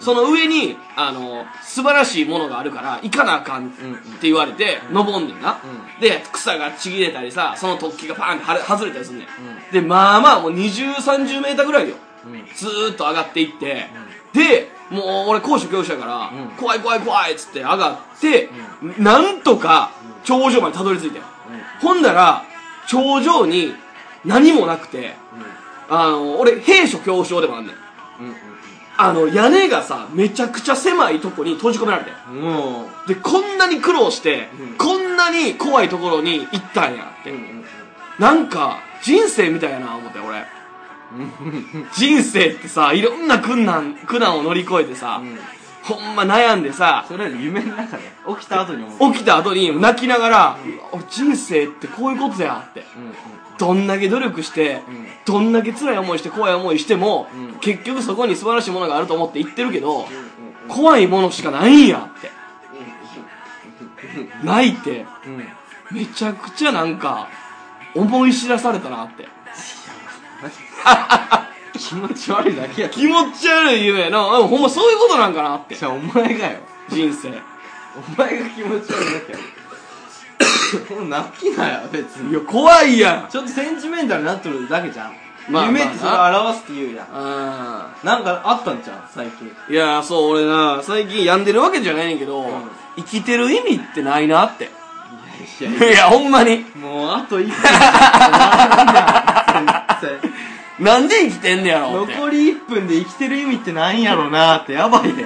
Speaker 1: その上に、あの、素晴らしいものがあるから、行かなあかんって
Speaker 2: うんうん
Speaker 1: 言われて、登んねんな、
Speaker 2: う
Speaker 1: で、草がちぎれたりさ、その突起がパーンってはれ外れたりすんねん。で、まあまあ、もう20、30メーターぐらいよ。
Speaker 2: うん
Speaker 1: ずーっと上がっていって、で、もう俺高所恐怖症やから、
Speaker 2: うん
Speaker 1: 怖い怖い怖いっつって上がって、なんとか頂上までたどり着いて、ほんだら頂上に何もなくてあの俺兵所恐怖症でもあんねん
Speaker 2: うんうん
Speaker 1: あの屋根がさめちゃくちゃ狭いとこに閉じ込められて
Speaker 2: うんうんもう
Speaker 1: でこんなに苦労して、
Speaker 2: うん
Speaker 1: こんなに怖いところに行ったんやって、なんか人生みたいやな思って俺人生ってさいろんな苦難苦難を乗り越えてさ、ほんま悩んでさ
Speaker 2: それは夢の中で起きた後に思う
Speaker 1: 起きた後に泣きながら「俺人生ってこういうことや」って
Speaker 2: うんうん
Speaker 1: どんだけ努力して、
Speaker 2: うん
Speaker 1: どんだけ辛い思いして怖い思いしても、
Speaker 2: うん
Speaker 1: 結局そこに素晴らしいものがあると思って言ってるけど、
Speaker 2: うん
Speaker 1: 怖いものしかないんやって泣いて
Speaker 2: うんうん
Speaker 1: めちゃくちゃなんか思い知らされたなって
Speaker 2: 気持ち悪いだけや
Speaker 1: 気持ち悪い夢やなうんほんまそういうことなんかなって
Speaker 2: じゃあお前がよ
Speaker 1: 人生い
Speaker 2: お前が気持ち悪いだけやろもう泣きなよ別に
Speaker 1: や怖いやん
Speaker 2: ちょっとセンチメンタルになっとるだけじゃん、
Speaker 1: まあ
Speaker 2: 夢ってそれを表すって言うやん
Speaker 1: あ
Speaker 2: なんかあったんじゃん最近
Speaker 1: ーいやーそう俺な最近病んでるわけじゃないねんけど、
Speaker 2: ん
Speaker 1: 生きてる意味ってないなって
Speaker 2: いやい
Speaker 1: いやほんまに
Speaker 2: やもうあと1分しかないやん先
Speaker 1: なんで生きてんねやろって
Speaker 2: 生残り1分で生きてる意味ってなんやろなってやばいね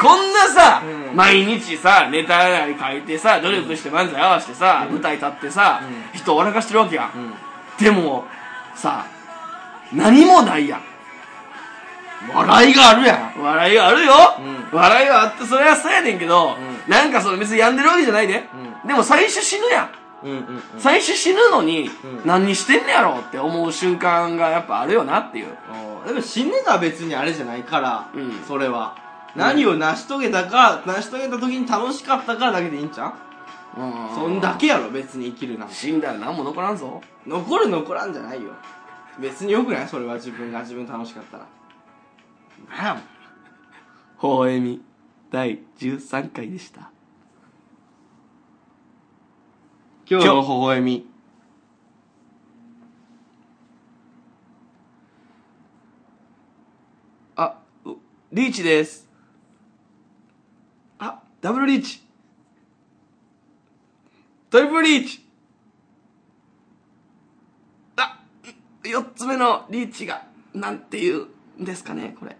Speaker 1: こんなさ、
Speaker 2: うん
Speaker 1: 毎日さネタやり書いてさ努力して漫才合わせてさ、舞台立ってさ、
Speaker 2: う
Speaker 1: 人を笑かしてるわけやん
Speaker 2: う、ん
Speaker 1: でもさ何もないやん
Speaker 2: 笑いがあるやん
Speaker 1: 笑いはあるよ、
Speaker 2: う
Speaker 1: 笑いはあってそれはそうやねんけど、
Speaker 2: う
Speaker 1: なんかその別に病んでるわけじゃないで、
Speaker 2: う
Speaker 1: でも最初死ぬやん、
Speaker 2: うんうんうん
Speaker 1: 最初死ぬのに、
Speaker 2: うん
Speaker 1: 何にしてんねやろって思う瞬間がやっぱあるよなっていう
Speaker 2: でも死んでたら別にあれじゃないから、
Speaker 1: うん
Speaker 2: それは何を成し遂げたか成し遂げた時に楽しかったからだけでいいんちゃうそんだけやろ別に生きるなんて
Speaker 1: 死んだら何も残らんぞ
Speaker 2: 残る残らんじゃないよ別によくないそれは自分が自分楽しかったらなんや
Speaker 1: 微笑み第13回でした
Speaker 2: 今
Speaker 1: 日の
Speaker 2: 微笑み
Speaker 1: あうリーチですあダブルリーチトリプルリーチあ4つ目のリーチがなんていうんですかねこれ